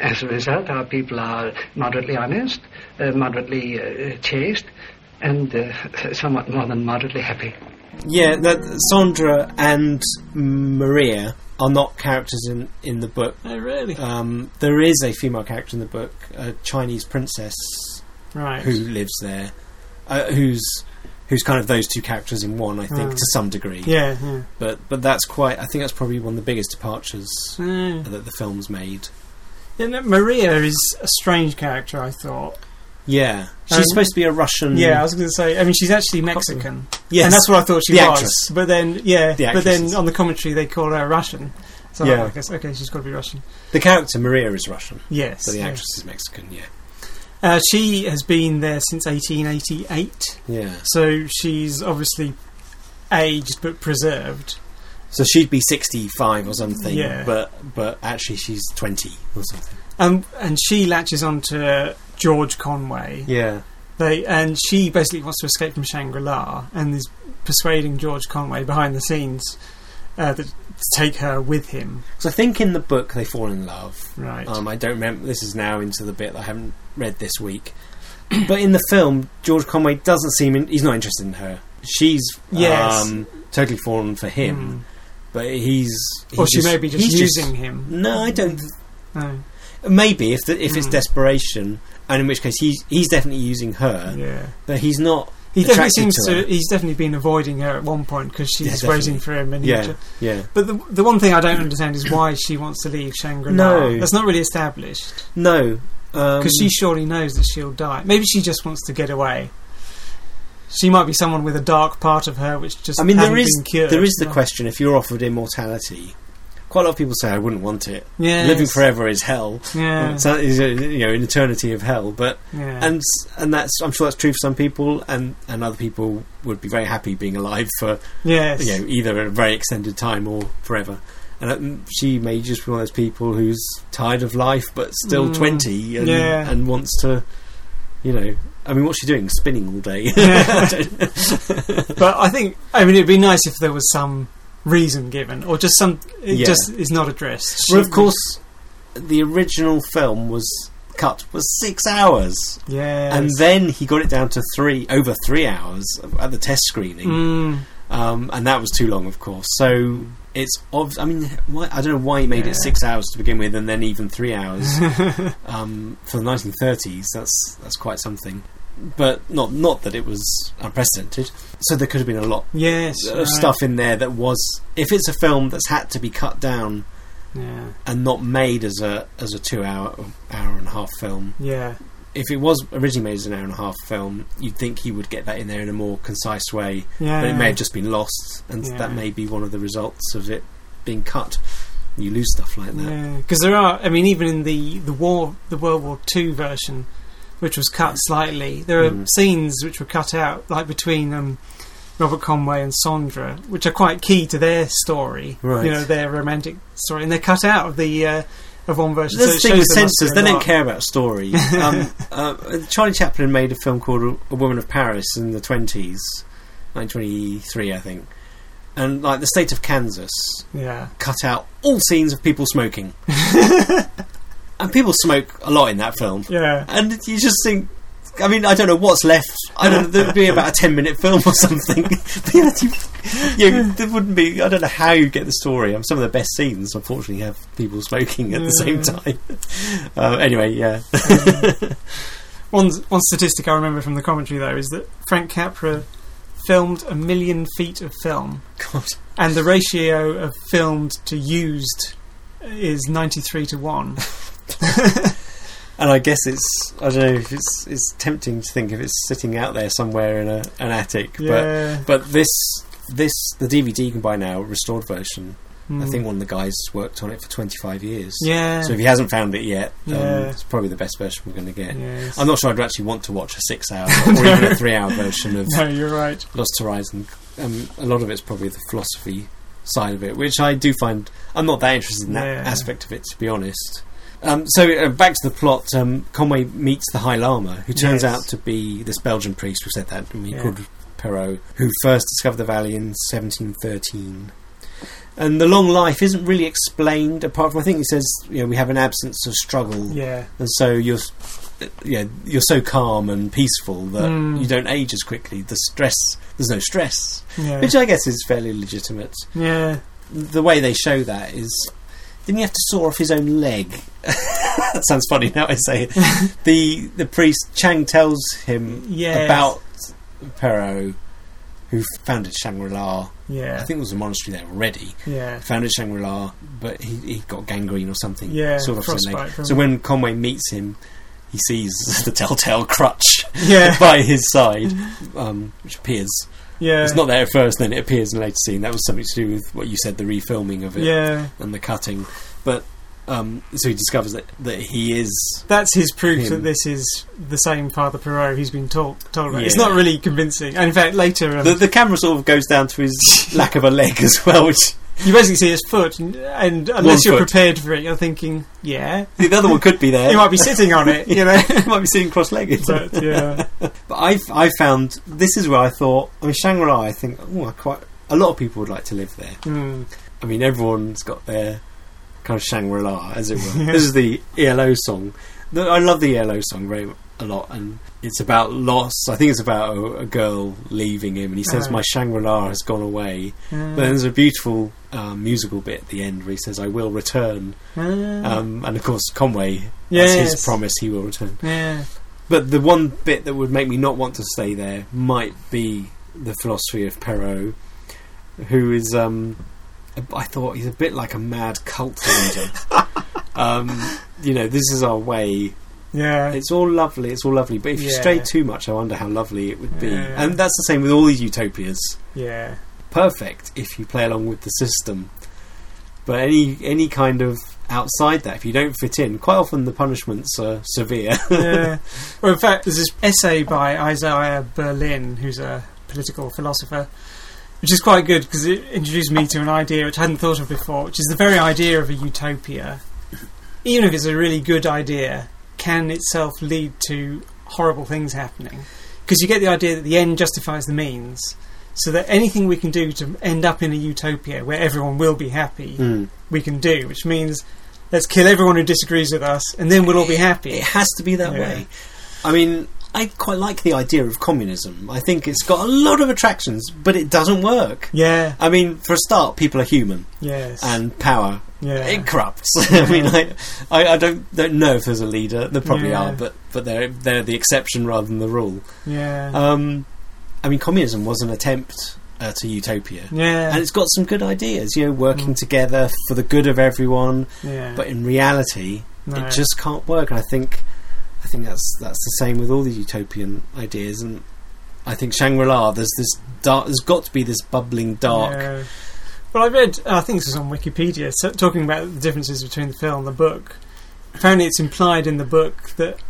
[SPEAKER 4] As a result, our people are moderately honest, uh, moderately uh, chaste, and uh, somewhat more than moderately happy.
[SPEAKER 1] Yeah, that Sandra and Maria are not characters in, in the book.
[SPEAKER 2] Oh, really?
[SPEAKER 1] Um, there is a female character in the book, a Chinese princess
[SPEAKER 2] right.
[SPEAKER 1] who lives there, uh, who's who's kind of those two characters in one, I think,
[SPEAKER 2] Hmm.
[SPEAKER 1] to some degree.
[SPEAKER 2] Yeah, yeah.
[SPEAKER 1] But but that's quite. I think that's probably one of the biggest departures
[SPEAKER 2] Yeah.
[SPEAKER 1] that the film's made.
[SPEAKER 2] Yeah, no, Maria is a strange character. I thought.
[SPEAKER 1] Yeah, she's
[SPEAKER 2] Um,
[SPEAKER 1] supposed to be a Russian.
[SPEAKER 2] Yeah, I was going to say. I mean, she's actually Mexican,
[SPEAKER 1] Mm. yes,
[SPEAKER 2] and that's what I thought she
[SPEAKER 1] The
[SPEAKER 2] was.
[SPEAKER 1] actress.
[SPEAKER 2] But then, yeah,
[SPEAKER 1] The
[SPEAKER 2] but then
[SPEAKER 1] actress.
[SPEAKER 2] on the commentary they call her Russian. So yeah.
[SPEAKER 1] Yeah.
[SPEAKER 2] I guess okay, she's got to be Russian.
[SPEAKER 1] the character Maria is Russian,
[SPEAKER 2] Yes,
[SPEAKER 1] so the
[SPEAKER 2] yeah.
[SPEAKER 1] actress is Mexican. Yeah,
[SPEAKER 2] Uh, she has been there since 1888,
[SPEAKER 1] yeah.
[SPEAKER 2] so she's obviously aged but preserved.
[SPEAKER 1] So she'd be sixty-five or something.
[SPEAKER 2] Yeah.
[SPEAKER 1] but but actually she's twenty or something.
[SPEAKER 2] Um, and she latches onto George Conway.
[SPEAKER 1] Yeah.
[SPEAKER 2] They and she basically wants to escape from Shangri La and is persuading George Conway behind the scenes uh, that, to take her with him.
[SPEAKER 1] So I think in the book they fall in love.
[SPEAKER 2] Right.
[SPEAKER 1] Um, I don't remember. This is now into the bit that I haven't read this week. But in the film, George Conway doesn't seem. In, he's not interested in her. She's
[SPEAKER 2] Yes.
[SPEAKER 1] um, totally fallen for him. But he's.
[SPEAKER 2] Mm.
[SPEAKER 1] he
[SPEAKER 2] Or she may be just
[SPEAKER 1] he's
[SPEAKER 2] using him. Oh,
[SPEAKER 1] no, I don't.
[SPEAKER 2] No.
[SPEAKER 1] Maybe if the, if it's
[SPEAKER 2] Mm.
[SPEAKER 1] desperation, and in which case he's he's definitely using her.
[SPEAKER 2] Yeah.
[SPEAKER 1] But he's not.
[SPEAKER 2] He definitely
[SPEAKER 1] uh, Attracted
[SPEAKER 2] seems
[SPEAKER 1] to
[SPEAKER 2] to,
[SPEAKER 1] her.
[SPEAKER 2] He's definitely been avoiding her at one point because
[SPEAKER 1] Yeah,
[SPEAKER 2] she's
[SPEAKER 1] definitely.
[SPEAKER 2] waiting for him. And he
[SPEAKER 1] Yeah.
[SPEAKER 2] ju-
[SPEAKER 1] Yeah.
[SPEAKER 2] but the, the one thing I don't understand is why she wants to leave Shangri La.
[SPEAKER 1] No.
[SPEAKER 2] That's not really established
[SPEAKER 1] No. um, Because
[SPEAKER 2] because she surely knows that she'll die. Maybe she just wants to get away. She might be someone with a dark part of her which just
[SPEAKER 1] I mean,
[SPEAKER 2] hasn't
[SPEAKER 1] there is
[SPEAKER 2] been cured.
[SPEAKER 1] there is the
[SPEAKER 2] No.
[SPEAKER 1] question: if you're offered immortality, quite a lot of people say, "I wouldn't want it.
[SPEAKER 2] Yes.
[SPEAKER 1] Living forever is hell."
[SPEAKER 2] Yeah.
[SPEAKER 1] So that is a, you know an eternity of hell, but
[SPEAKER 2] yeah.
[SPEAKER 1] and and that's I'm sure that's true for some people, and and other people would be very happy being alive for
[SPEAKER 2] yes.
[SPEAKER 1] you know either a very extended time or forever. And um, she may just be one of those people who's tired of life but still
[SPEAKER 2] Mm.
[SPEAKER 1] twenty and,
[SPEAKER 2] Yeah.
[SPEAKER 1] and wants to, you know. I mean, what's she doing? Spinning all day.
[SPEAKER 2] Yeah. but I think I mean it'd be nice if there was some reason given or just some it
[SPEAKER 1] Yeah.
[SPEAKER 2] just is not addressed.
[SPEAKER 1] well, of course, the original film was cut was six hours,
[SPEAKER 2] yeah,
[SPEAKER 1] and then he got it down to three over three hours at the test screening.
[SPEAKER 2] Mm,
[SPEAKER 1] um, and that was too long, of course. So it's obvious. I mean, why, I don't know why he made
[SPEAKER 2] Yeah.
[SPEAKER 1] it six hours to begin with, and then even three hours um, for the 1930s. That's that's quite something. But not not that it was unprecedented. So there could have been a lot
[SPEAKER 2] yes,
[SPEAKER 1] of
[SPEAKER 2] right.
[SPEAKER 1] stuff in there that was. If it's a film that's had to be cut down
[SPEAKER 2] Yeah,
[SPEAKER 1] and not made as a as a two hour hour and a half film,
[SPEAKER 2] yeah,
[SPEAKER 1] if it was originally made as an hour and a half film, you'd think he would get that in there in a more concise way,
[SPEAKER 2] yeah.
[SPEAKER 1] but it may have just been lost, and
[SPEAKER 2] Uh, Yeah.
[SPEAKER 1] that may be one of the results of it being cut. You lose stuff like that.
[SPEAKER 2] because there are. I mean, even in the the war, the World War Two version, which was cut slightly, there are
[SPEAKER 1] Mm.
[SPEAKER 2] scenes which were cut out, like between um, Robert Conway and Sandra, which are quite key to their story.
[SPEAKER 1] Right.
[SPEAKER 2] You know, their romantic story, and they're cut out of the uh, of one version.
[SPEAKER 1] That's the
[SPEAKER 2] so it
[SPEAKER 1] thing with
[SPEAKER 2] shows there must
[SPEAKER 1] censors;
[SPEAKER 2] be
[SPEAKER 1] they
[SPEAKER 2] a
[SPEAKER 1] don't
[SPEAKER 2] lot.
[SPEAKER 1] care about story. um, uh, Charlie Chaplin made a film called A Woman of Paris in the twenties, nineteen twenty-three, I think, and like the state of Kansas
[SPEAKER 2] Yeah,
[SPEAKER 1] cut out all scenes of people smoking, and people smoke a lot in that film.
[SPEAKER 2] yeah.
[SPEAKER 1] and you just think. I mean, I don't know what's left. I don't. There'd be about a ten-minute film or something. But yeah, you, you- there wouldn't be. I don't know how you get the story. Um, some of the best scenes, unfortunately, have people smoking at the same
[SPEAKER 2] Yeah.
[SPEAKER 1] time. Um, anyway, yeah,
[SPEAKER 2] One one statistic I remember from the commentary though is that Frank Capra filmed a million feet of film.
[SPEAKER 1] God,
[SPEAKER 2] and the ratio of filmed to used is 93 to 1
[SPEAKER 1] and I guess it's. I don't know if it's. It's tempting to think if it's sitting out there somewhere in a, an attic.
[SPEAKER 2] yeah
[SPEAKER 1] But but this this the DVD you can buy now, restored version. I
[SPEAKER 2] Mm.
[SPEAKER 1] think one of the guys worked on it for twenty-five years.
[SPEAKER 2] yeah
[SPEAKER 1] So if he hasn't found it yet, um,
[SPEAKER 2] Yeah.
[SPEAKER 1] it's probably the best version we're going to get.
[SPEAKER 2] Yes.
[SPEAKER 1] I'm not sure I'd actually want to watch a six-hour or even a three-hour version of
[SPEAKER 2] no you're right
[SPEAKER 1] Lost Horizon. Um, a lot of it's probably the philosophy side of it, which I do find I'm not that interested in that
[SPEAKER 2] Yeah.
[SPEAKER 1] aspect of it, to be honest. Um, so uh, back to the plot. Um, Conway meets the High Lama, who turns
[SPEAKER 2] Yes.
[SPEAKER 1] out to be this Belgian priest. We said that, and we
[SPEAKER 2] Yeah.
[SPEAKER 1] called Perrault, who first discovered the valley in 1713. And the long life isn't really explained, apart from I think he says, you know, we have an absence of struggle
[SPEAKER 2] yeah
[SPEAKER 1] and so you're uh, yeah you're so calm and peaceful that
[SPEAKER 2] Mm.
[SPEAKER 1] you don't age as quickly the stress there's no stress
[SPEAKER 2] yeah
[SPEAKER 1] which i guess is fairly legitimate
[SPEAKER 2] yeah
[SPEAKER 1] the way they show that is didn't he have to saw off his own leg that sounds funny now i say it the the priest chang tells him
[SPEAKER 2] Yes.
[SPEAKER 1] about perro who founded shangri-la i
[SPEAKER 2] yeah
[SPEAKER 1] think there was a monastery there already
[SPEAKER 2] yeah
[SPEAKER 1] founded Shangri La, but he, he got gangrene or something.
[SPEAKER 2] Yeah,
[SPEAKER 1] sort of something.
[SPEAKER 2] frostbite from-
[SPEAKER 1] So when Conway meets him, he sees the telltale crutch
[SPEAKER 2] yeah
[SPEAKER 1] by his side, um, which appears.
[SPEAKER 2] yeah
[SPEAKER 1] It's not there at first, then it appears in a later scene. That was something to do with what you said, the refilming of it
[SPEAKER 2] yeah
[SPEAKER 1] and the cutting. But um, so he discovers that, that he is.
[SPEAKER 2] that's his proof
[SPEAKER 1] Him.
[SPEAKER 2] that this is the same Father Perot he's been told, told about.
[SPEAKER 1] Yeah.
[SPEAKER 2] It's not really convincing. And in fact, later um,
[SPEAKER 1] The, the camera sort of goes down to his lack of a leg as well, which
[SPEAKER 2] you basically see his foot, and, and unless you're
[SPEAKER 1] foot.
[SPEAKER 2] prepared for it, you're thinking, yeah,
[SPEAKER 1] the other one could be there.
[SPEAKER 2] he might be sitting on it, you know.
[SPEAKER 1] He might be sitting cross-legged.
[SPEAKER 2] but yeah,
[SPEAKER 1] But I've I found this is where I thought. I mean, Shangri La. I think oh, I quite a lot of people would like to live there.
[SPEAKER 2] Mm.
[SPEAKER 1] I mean, everyone's got their kind of Shangri La, as it were. This is the ELO song. The- I love the ELO song very a lot, and it's about loss. I think it's about a, a girl leaving him, and he says,
[SPEAKER 2] Uh-huh.
[SPEAKER 1] "My Shangri La has gone away." But then
[SPEAKER 2] Uh,
[SPEAKER 1] there's a beautiful um, musical bit at the end where he says, "I will return," um, and of course Conway. That's
[SPEAKER 2] Mm. Ah. Yes.
[SPEAKER 1] his promise. He will return.
[SPEAKER 2] Yeah.
[SPEAKER 1] But the one bit that would make me not want to stay there might be the philosophy of Perrault, who is, um, I thought he's a bit like a mad cult leader. um, you know, this is our way.
[SPEAKER 2] Yeah.
[SPEAKER 1] It's all lovely, it's all lovely. But if you
[SPEAKER 2] Yeah.
[SPEAKER 1] stray too much, I wonder how lovely it would be.
[SPEAKER 2] Yeah.
[SPEAKER 1] And that's the same with all these utopias.
[SPEAKER 2] yeah.
[SPEAKER 1] Perfect if you play along with the system. But any any kind of outside that, if you don't fit in, quite often the punishments are severe.
[SPEAKER 2] Yeah. well, in fact, there's this essay by Isaiah Berlin, who's a political philosopher, which is quite good because it introduced me to an idea which I hadn't thought of before, which is the very idea of a utopia, even if it's a really good idea, can itself lead to horrible things happening. Because you get the idea that the end justifies the means. So that anything we can do to end up in a utopia where everyone will be happy,
[SPEAKER 1] Mm.
[SPEAKER 2] we can do, which means let's kill everyone who disagrees with us, and then we'll all be happy.
[SPEAKER 1] It has to be that
[SPEAKER 2] Yeah.
[SPEAKER 1] way. I mean, I quite like the idea of communism. I think it's got a lot of attractions, but it doesn't work.
[SPEAKER 2] Yeah.
[SPEAKER 1] I mean, for a start, people are human,
[SPEAKER 2] Yes.
[SPEAKER 1] and power
[SPEAKER 2] yeah.
[SPEAKER 1] it corrupts. I mean, I, I, I don't don't know if there's a leader. There probably
[SPEAKER 2] Yeah.
[SPEAKER 1] are, but but they're they're the exception rather than the rule.
[SPEAKER 2] yeah.
[SPEAKER 1] Um, I mean, communism was an attempt uh, to utopia.
[SPEAKER 2] yeah. Mm.
[SPEAKER 1] And it's got some good ideas, you know, working together for the good of everyone.
[SPEAKER 2] yeah.
[SPEAKER 1] But in reality,
[SPEAKER 2] No.
[SPEAKER 1] it just can't work. And I think, I think that's that's the same with all the utopian ideas. And I think Shangri La, there's this dark, there's got to be this bubbling dark.
[SPEAKER 2] Yeah. Well, I read, I think this was on Wikipedia, so talking about the differences between the film and the book. Apparently, it's implied in the book that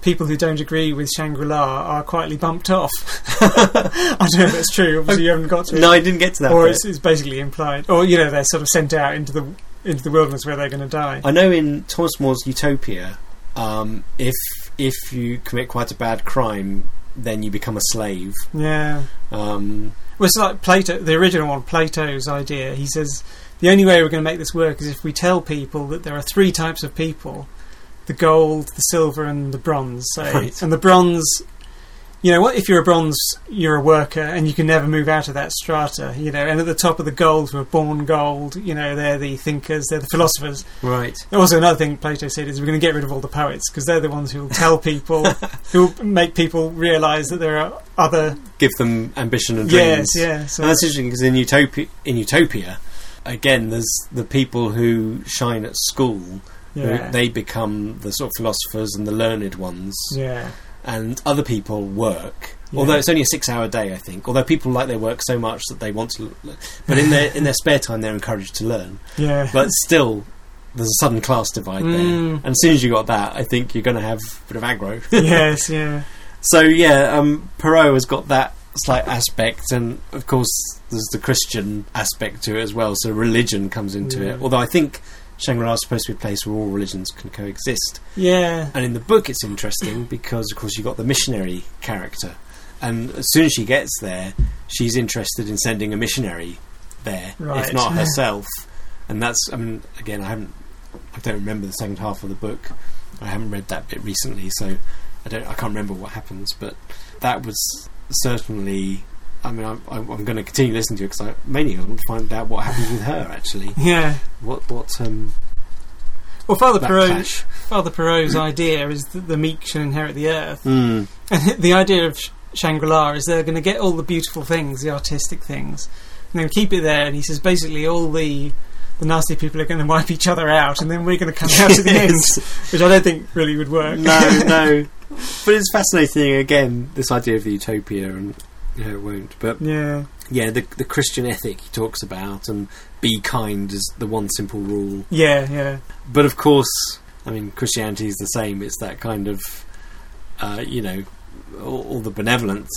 [SPEAKER 2] people who don't agree with Shangri La are quietly bumped off. I don't know if that's true, obviously, you haven't got to. it.
[SPEAKER 1] No, I didn't get to that.
[SPEAKER 2] or
[SPEAKER 1] bit.
[SPEAKER 2] it's, it's basically implied. Or, you know, they're sort of sent out into the into the wilderness where they're going to die.
[SPEAKER 1] I know in Thomas More's Utopia, um, if if you commit quite a bad crime, then you become a slave.
[SPEAKER 2] Yeah.
[SPEAKER 1] Um,
[SPEAKER 2] Well, it's like Plato, the original one, Plato's idea. He says the only way we're going to make this work is if we tell people that there are three types of people: the gold, the silver, and the bronze. So,
[SPEAKER 1] Right.
[SPEAKER 2] and the bronze, you know, what if you're a bronze, you're a worker, and you can never move out of that strata. You know, and at the top of the gold, who are born gold. You know, they're the thinkers, they're the philosophers.
[SPEAKER 1] right.
[SPEAKER 2] Also, another thing Plato said is we're going to get rid of all the poets because they're the ones who will tell people, who will make people realise that there are other.
[SPEAKER 1] Give them ambition and
[SPEAKER 2] Yes,
[SPEAKER 1] dreams.
[SPEAKER 2] yeah. So
[SPEAKER 1] And that's interesting because in Utopia, in Utopia, again, there's the people who shine at school. who-
[SPEAKER 2] yeah,
[SPEAKER 1] They become the sort of philosophers and the learned ones,
[SPEAKER 2] yeah,
[SPEAKER 1] and other people work.
[SPEAKER 2] Yeah.
[SPEAKER 1] Although it's only a six-hour day, I think. Although people like their work so much that they want to, l- l- but in their in their spare time, they're encouraged to learn.
[SPEAKER 2] yeah,
[SPEAKER 1] But still, there's a sudden class divide there.
[SPEAKER 2] Mm.
[SPEAKER 1] And as soon as you got that, I think you're going to have a bit of aggro.
[SPEAKER 2] yes, yeah,
[SPEAKER 1] So yeah, um, Perot has got that slight aspect, and of course there's the Christian aspect to it as well. So religion comes into
[SPEAKER 2] Yeah.
[SPEAKER 1] it. Although I think Shangri La is supposed to be a place where all religions can coexist.
[SPEAKER 2] yeah,
[SPEAKER 1] And in the book, it's interesting because of course you've got the missionary character, and as soon as she gets there, she's interested in sending a missionary there,
[SPEAKER 2] Right.
[SPEAKER 1] if not herself. And that's I mean again I haven't I don't remember the second half of the book. I haven't read that bit recently, so I don't I can't remember what happens. But that was certainly. I mean, I'm, I'm going to continue listening to it because I mainly want to find out what happens with her. Actually,
[SPEAKER 2] yeah.
[SPEAKER 1] what what um
[SPEAKER 2] Well, Father
[SPEAKER 1] that
[SPEAKER 2] Perot,
[SPEAKER 1] clash?
[SPEAKER 2] Father Perot's idea is that the meek shall inherit the earth,
[SPEAKER 1] Mm,
[SPEAKER 2] and the idea of Sh- Shangri-La is they're going to get all the beautiful things, the artistic things, and then keep it there. And he says basically all the the nasty people are going to wipe each other out, and then we're going to come out to the end,
[SPEAKER 1] Yes.
[SPEAKER 2] which I don't think really would work.
[SPEAKER 1] no, no. But it's fascinating again this idea of the utopia and you know, it won't. But
[SPEAKER 2] Yeah,
[SPEAKER 1] yeah, the the Christian ethic he talks about and be kind is the one simple rule.
[SPEAKER 2] yeah, yeah,
[SPEAKER 1] But of course, I mean Christianity is the same. It's that kind of uh, you know all, all the benevolence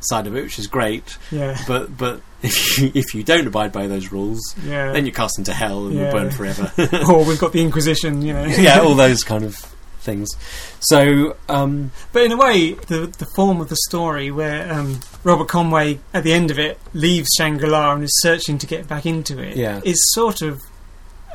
[SPEAKER 1] side of it, which is great.
[SPEAKER 2] yeah,
[SPEAKER 1] But but if you, if you don't abide by those rules,
[SPEAKER 2] yeah.
[SPEAKER 1] then you're cast into hell and
[SPEAKER 2] Yeah.
[SPEAKER 1] you'll burn forever.
[SPEAKER 2] or we've got the Inquisition, you know.
[SPEAKER 1] yeah, all those kind of things. So um,
[SPEAKER 2] But in a way, the the form of the story where um, Robert Conway at the end of it leaves Shangri La and is searching to get back into it is
[SPEAKER 1] Yeah.
[SPEAKER 2] sort of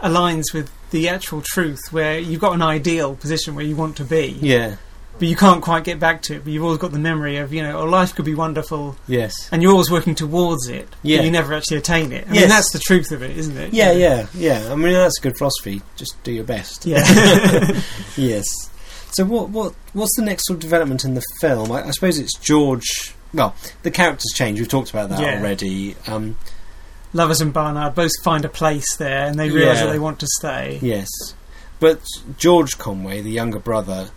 [SPEAKER 2] aligns with the actual truth where you've got an ideal position where you want to be
[SPEAKER 1] yeah,
[SPEAKER 2] but you can't quite get back to it but you've always got the memory of you know oh life could be wonderful
[SPEAKER 1] yes.
[SPEAKER 2] and you're always working towards it
[SPEAKER 1] Yeah.
[SPEAKER 2] but you never actually attain it I mean
[SPEAKER 1] Yes.
[SPEAKER 2] that's the truth of it isn't it
[SPEAKER 1] Yeah, yeah, yeah. I mean, that's a good philosophy. Just do your best.
[SPEAKER 2] yeah
[SPEAKER 1] Yes. So, what, what, what's the next sort of development in the film? I, I suppose it's George. Well, the characters change. We've talked about that
[SPEAKER 2] Yeah.
[SPEAKER 1] already. Um,
[SPEAKER 2] Lovers and Barnard both find a place there and they realise
[SPEAKER 1] Yeah.
[SPEAKER 2] that they want to stay
[SPEAKER 1] yes, but George Conway, the younger brother,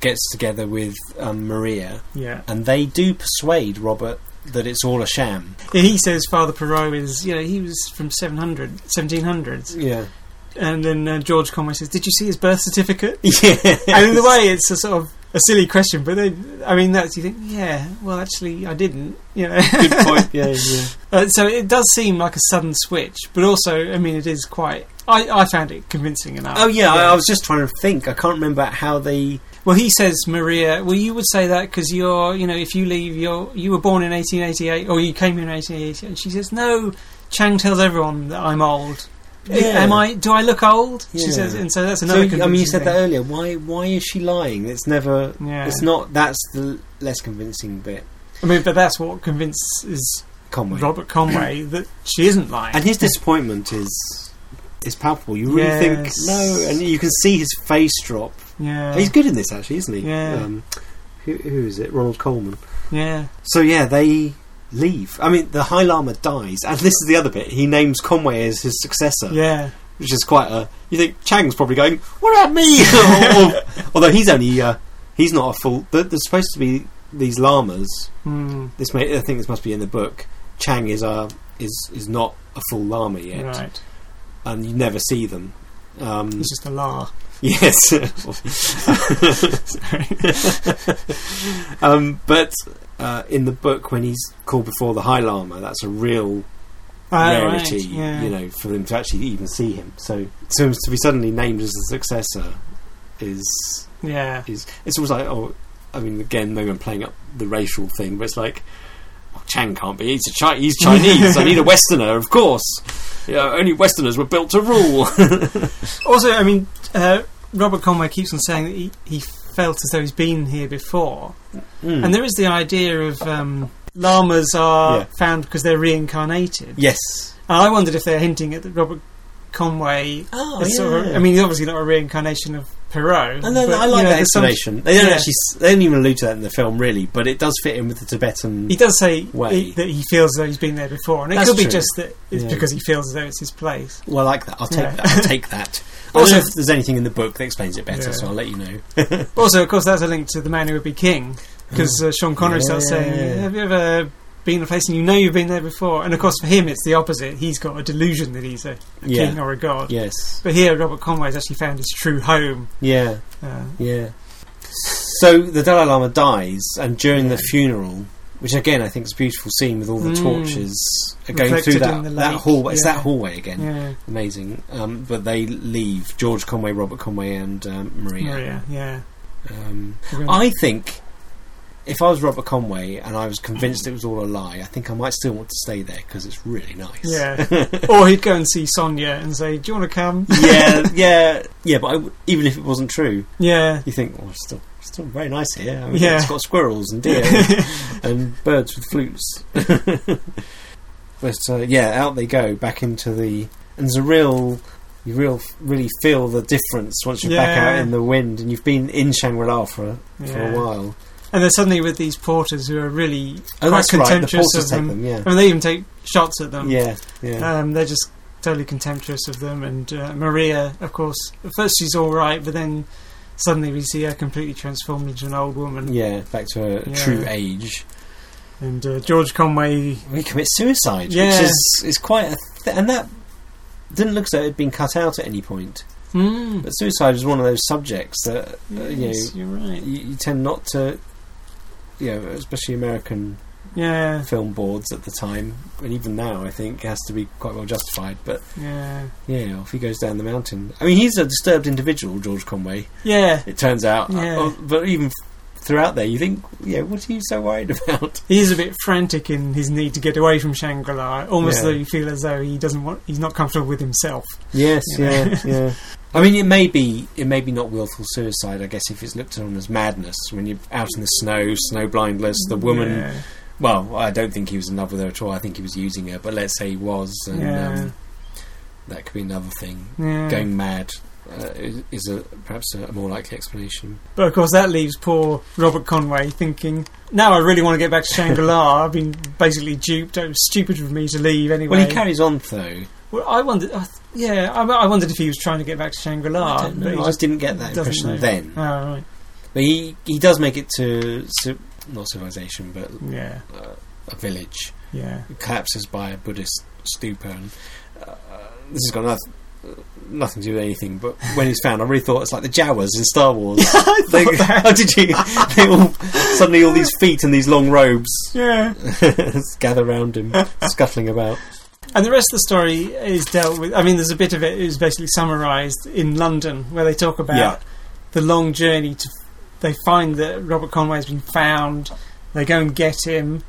[SPEAKER 1] gets together with um, Maria,
[SPEAKER 2] yeah
[SPEAKER 1] and they do persuade Robert that it's all a sham.
[SPEAKER 2] Yeah, he says Father Perot is, you know, he was from 700, 1700s.
[SPEAKER 1] Yeah.
[SPEAKER 2] And then uh, George Conway says, Did you see his birth certificate?
[SPEAKER 1] Yeah.
[SPEAKER 2] and in a way, it's a sort of a silly question, but then, I mean, that's, you think, yeah, well, actually, I didn't, you know.
[SPEAKER 1] good point. Yeah, yeah.
[SPEAKER 2] uh, so it does seem like a sudden switch, but also, I mean, it is quite. I, I found it convincing enough.
[SPEAKER 1] Oh, yeah. I, I was just trying to think. I can't remember how they.
[SPEAKER 2] Well, he says, Maria. Well, you would say that because you're, you know, if you leave, you're, you were born in 1888 or you came in 1888. And she says, No, Chang tells everyone that I'm old.
[SPEAKER 1] Yeah.
[SPEAKER 2] Am I? Do I look old? She
[SPEAKER 1] Yeah.
[SPEAKER 2] says, and so that's
[SPEAKER 1] So,
[SPEAKER 2] another.
[SPEAKER 1] I mean, you
[SPEAKER 2] convincing
[SPEAKER 1] said that
[SPEAKER 2] thing.
[SPEAKER 1] earlier. Why? Why is she lying? It's never.
[SPEAKER 2] Yeah.
[SPEAKER 1] It's not. That's the less convincing bit.
[SPEAKER 2] I mean, but that's what convinces
[SPEAKER 1] Conway.
[SPEAKER 2] Robert Conway that she isn't lying.
[SPEAKER 1] And his disappointment is is palpable. You really think
[SPEAKER 2] Yes.
[SPEAKER 1] no, and you can see his face drop.
[SPEAKER 2] yeah,
[SPEAKER 1] He's good in this, actually, isn't he?
[SPEAKER 2] Yeah.
[SPEAKER 1] Um, who, who is it? Ronald Coleman.
[SPEAKER 2] yeah,
[SPEAKER 1] So yeah, they leave. I mean, the High Lama dies, and this is the other bit. He names Conway as his successor,
[SPEAKER 2] yeah.
[SPEAKER 1] which is quite a. You think Chang's probably going, "What about me?" Or- Although he's only uh, he's not a full. there- There's supposed to be these llamas.
[SPEAKER 2] Mm,
[SPEAKER 1] This may I think this must be in the book. Chang is uh, is is not a full llama yet
[SPEAKER 2] right.
[SPEAKER 1] and you never see them. Um,
[SPEAKER 2] He's just a lar.
[SPEAKER 1] yes. um, but uh, in the book, when he's called before the High Lama, that's a real
[SPEAKER 2] Oh, right,
[SPEAKER 1] rarity,
[SPEAKER 2] yeah.
[SPEAKER 1] you know, for them to actually even see him. So, so to be suddenly named as the successor is
[SPEAKER 2] Yeah.
[SPEAKER 1] is it's almost like oh I mean again maybe I'm playing up the racial thing but it's like well, Chang can't be he's a Chi- he's Chinese I need a Westerner of course you know, only Westerners were built to rule
[SPEAKER 2] Also, I mean, uh, Robert Conway keeps on saying that he, he felt as though he's been here before.
[SPEAKER 1] Hmm.
[SPEAKER 2] And there is the idea of um, llamas are
[SPEAKER 1] Yeah.
[SPEAKER 2] found because they're reincarnated.
[SPEAKER 1] yes
[SPEAKER 2] And I wondered if they're hinting at that Robert Conway.
[SPEAKER 1] oh
[SPEAKER 2] is sort of- I mean, he's obviously not a reincarnation of Perot.
[SPEAKER 1] and then
[SPEAKER 2] but,
[SPEAKER 1] I like that
[SPEAKER 2] you know, there's some-
[SPEAKER 1] explanation they don't
[SPEAKER 2] yeah.
[SPEAKER 1] actually s- they don't even allude to that in the film really but it does fit in with the Tibetan
[SPEAKER 2] He does say
[SPEAKER 1] Way.
[SPEAKER 2] he- that he feels as though he's been there before, and it
[SPEAKER 1] That's
[SPEAKER 2] could be
[SPEAKER 1] true.
[SPEAKER 2] just that it's
[SPEAKER 1] Yeah.
[SPEAKER 2] because he feels as though it's his place.
[SPEAKER 1] well I like that I'll take
[SPEAKER 2] Yeah.
[SPEAKER 1] that I'll take that
[SPEAKER 2] Also-
[SPEAKER 1] also if there's anything in the book that explains it better
[SPEAKER 2] Yeah.
[SPEAKER 1] so I'll let you know
[SPEAKER 2] Also, of course, that's a link to the man who would be king, because uh, Sean Connery starts
[SPEAKER 1] Yeah.
[SPEAKER 2] saying, "Have you ever been in a place and you know you've been there before?" And of course, for him, it's the opposite. He's got a delusion that he's a
[SPEAKER 1] yeah
[SPEAKER 2] king or a god.
[SPEAKER 1] yes
[SPEAKER 2] But here, Robert Conway's actually found his true home.
[SPEAKER 1] yeah
[SPEAKER 2] Uh,
[SPEAKER 1] Yeah. So the Dalai Lama dies, and during the funeral, which again I think is a beautiful scene with all the
[SPEAKER 2] Mm.
[SPEAKER 1] torches uh, going through
[SPEAKER 2] Reflected in
[SPEAKER 1] that
[SPEAKER 2] the
[SPEAKER 1] that
[SPEAKER 2] lake,
[SPEAKER 1] hallway. It's
[SPEAKER 2] yeah.
[SPEAKER 1] that hallway again.
[SPEAKER 2] yeah,
[SPEAKER 1] Amazing. Um, but they leave George Conway, Robert Conway, and um, Maria.
[SPEAKER 2] Maria, yeah. Oh,
[SPEAKER 1] Um,
[SPEAKER 2] We're gonna-
[SPEAKER 1] I think if I was Robert Conway and I was convinced it was all a lie, I think I might still want to stay there because it's really nice.
[SPEAKER 2] yeah. or he'd go and see Sonia and say, "Do you want to come?"
[SPEAKER 1] yeah, yeah, yeah. But I w- even if it wasn't true,
[SPEAKER 2] Yeah,
[SPEAKER 1] you think, well, it's still, it's still very nice here. I mean,
[SPEAKER 2] Yeah.
[SPEAKER 1] It's got squirrels and deer and, and birds with flutes. but uh, yeah, out they go, back into the. And there's a real. You real, really feel the difference once you're back out
[SPEAKER 2] Yeah.
[SPEAKER 1] in the wind and you've been in Shangri La for, a for
[SPEAKER 2] Yeah.
[SPEAKER 1] a while.
[SPEAKER 2] and then suddenly with these porters who are really
[SPEAKER 1] Oh,
[SPEAKER 2] quite
[SPEAKER 1] that's right, the
[SPEAKER 2] contemptuous
[SPEAKER 1] porters
[SPEAKER 2] of
[SPEAKER 1] take
[SPEAKER 2] them.
[SPEAKER 1] them, yeah.
[SPEAKER 2] I mean, they even take shots at them.
[SPEAKER 1] Yeah, yeah.
[SPEAKER 2] Um, they're just totally contemptuous of them. And uh, Maria, of course, at first she's all right, but then suddenly we see her completely transformed into an old woman.
[SPEAKER 1] yeah, back to a
[SPEAKER 2] Yeah.
[SPEAKER 1] true age.
[SPEAKER 2] And uh, George Conway,
[SPEAKER 1] We commit suicide,
[SPEAKER 2] Yeah.
[SPEAKER 1] which is, is quite a. Th- and that didn't look as though it had been cut out at any point.
[SPEAKER 2] mm,
[SPEAKER 1] But suicide is one of those subjects that Hmm. uh, you know,
[SPEAKER 2] yes, you're right.
[SPEAKER 1] you, you tend not to, you know, especially American
[SPEAKER 2] Yeah,
[SPEAKER 1] film boards at the time, and even now, I think, has to be quite well justified. But
[SPEAKER 2] yeah,
[SPEAKER 1] yeah, you know, if he goes down the mountain, I mean, he's a disturbed individual, George Conway.
[SPEAKER 2] yeah.
[SPEAKER 1] It turns out,
[SPEAKER 2] Yeah.
[SPEAKER 1] Uh, but even f- throughout there, you think, yeah, what are you so worried about?
[SPEAKER 2] He is a bit frantic in his need to get away from Shangri La. Almost
[SPEAKER 1] Yeah.
[SPEAKER 2] though you feel as though he doesn't want, he's not comfortable with himself.
[SPEAKER 1] Yes,
[SPEAKER 2] Yeah.
[SPEAKER 1] yeah, yeah. I mean, it may be it may be not willful suicide, I guess, if it's looked on as madness when you're out in the snow, snow blindless. The woman
[SPEAKER 2] Yeah.
[SPEAKER 1] Well, I don't think he was in love with her at all. I think he was using her, but let's say he was, and
[SPEAKER 2] Yeah. Hmm.
[SPEAKER 1] um, that could be another thing.
[SPEAKER 2] yeah.
[SPEAKER 1] Going mad uh, is, is a perhaps a more likely explanation.
[SPEAKER 2] But of course, that leaves poor Robert Conway thinking, now I really want to get back to Shangri La. I've been basically duped. It was stupid of me to leave anyway.
[SPEAKER 1] Well, he carries on though.
[SPEAKER 2] Well, I wondered, I th- yeah, I, I wondered if he was trying to get back to Shangri La.
[SPEAKER 1] I, don't know.
[SPEAKER 2] Ah, but he
[SPEAKER 1] I
[SPEAKER 2] just
[SPEAKER 1] just didn't get that
[SPEAKER 2] doesn't
[SPEAKER 1] impression
[SPEAKER 2] know.
[SPEAKER 1] then.
[SPEAKER 2] Oh, right.
[SPEAKER 1] But he he does make it to ci- not civilization, but
[SPEAKER 2] Yeah,
[SPEAKER 1] uh, a village.
[SPEAKER 2] yeah.
[SPEAKER 1] It collapses by a Buddhist stupor. And, uh, this has got nothing. Nothing to do with anything, but when he's found, I really thought it's like the Jawas in Star Wars.
[SPEAKER 2] I
[SPEAKER 1] They, oh, did you? They all, suddenly, all these feet and these long robes
[SPEAKER 2] Yeah.
[SPEAKER 1] gather round him, scuttling about.
[SPEAKER 2] And the rest of the story is dealt with. I mean, there's a bit of it is basically summarised in London, where they talk about
[SPEAKER 1] Yeah.
[SPEAKER 2] the long journey to. They find that Robert Conway's been found. They go and get him,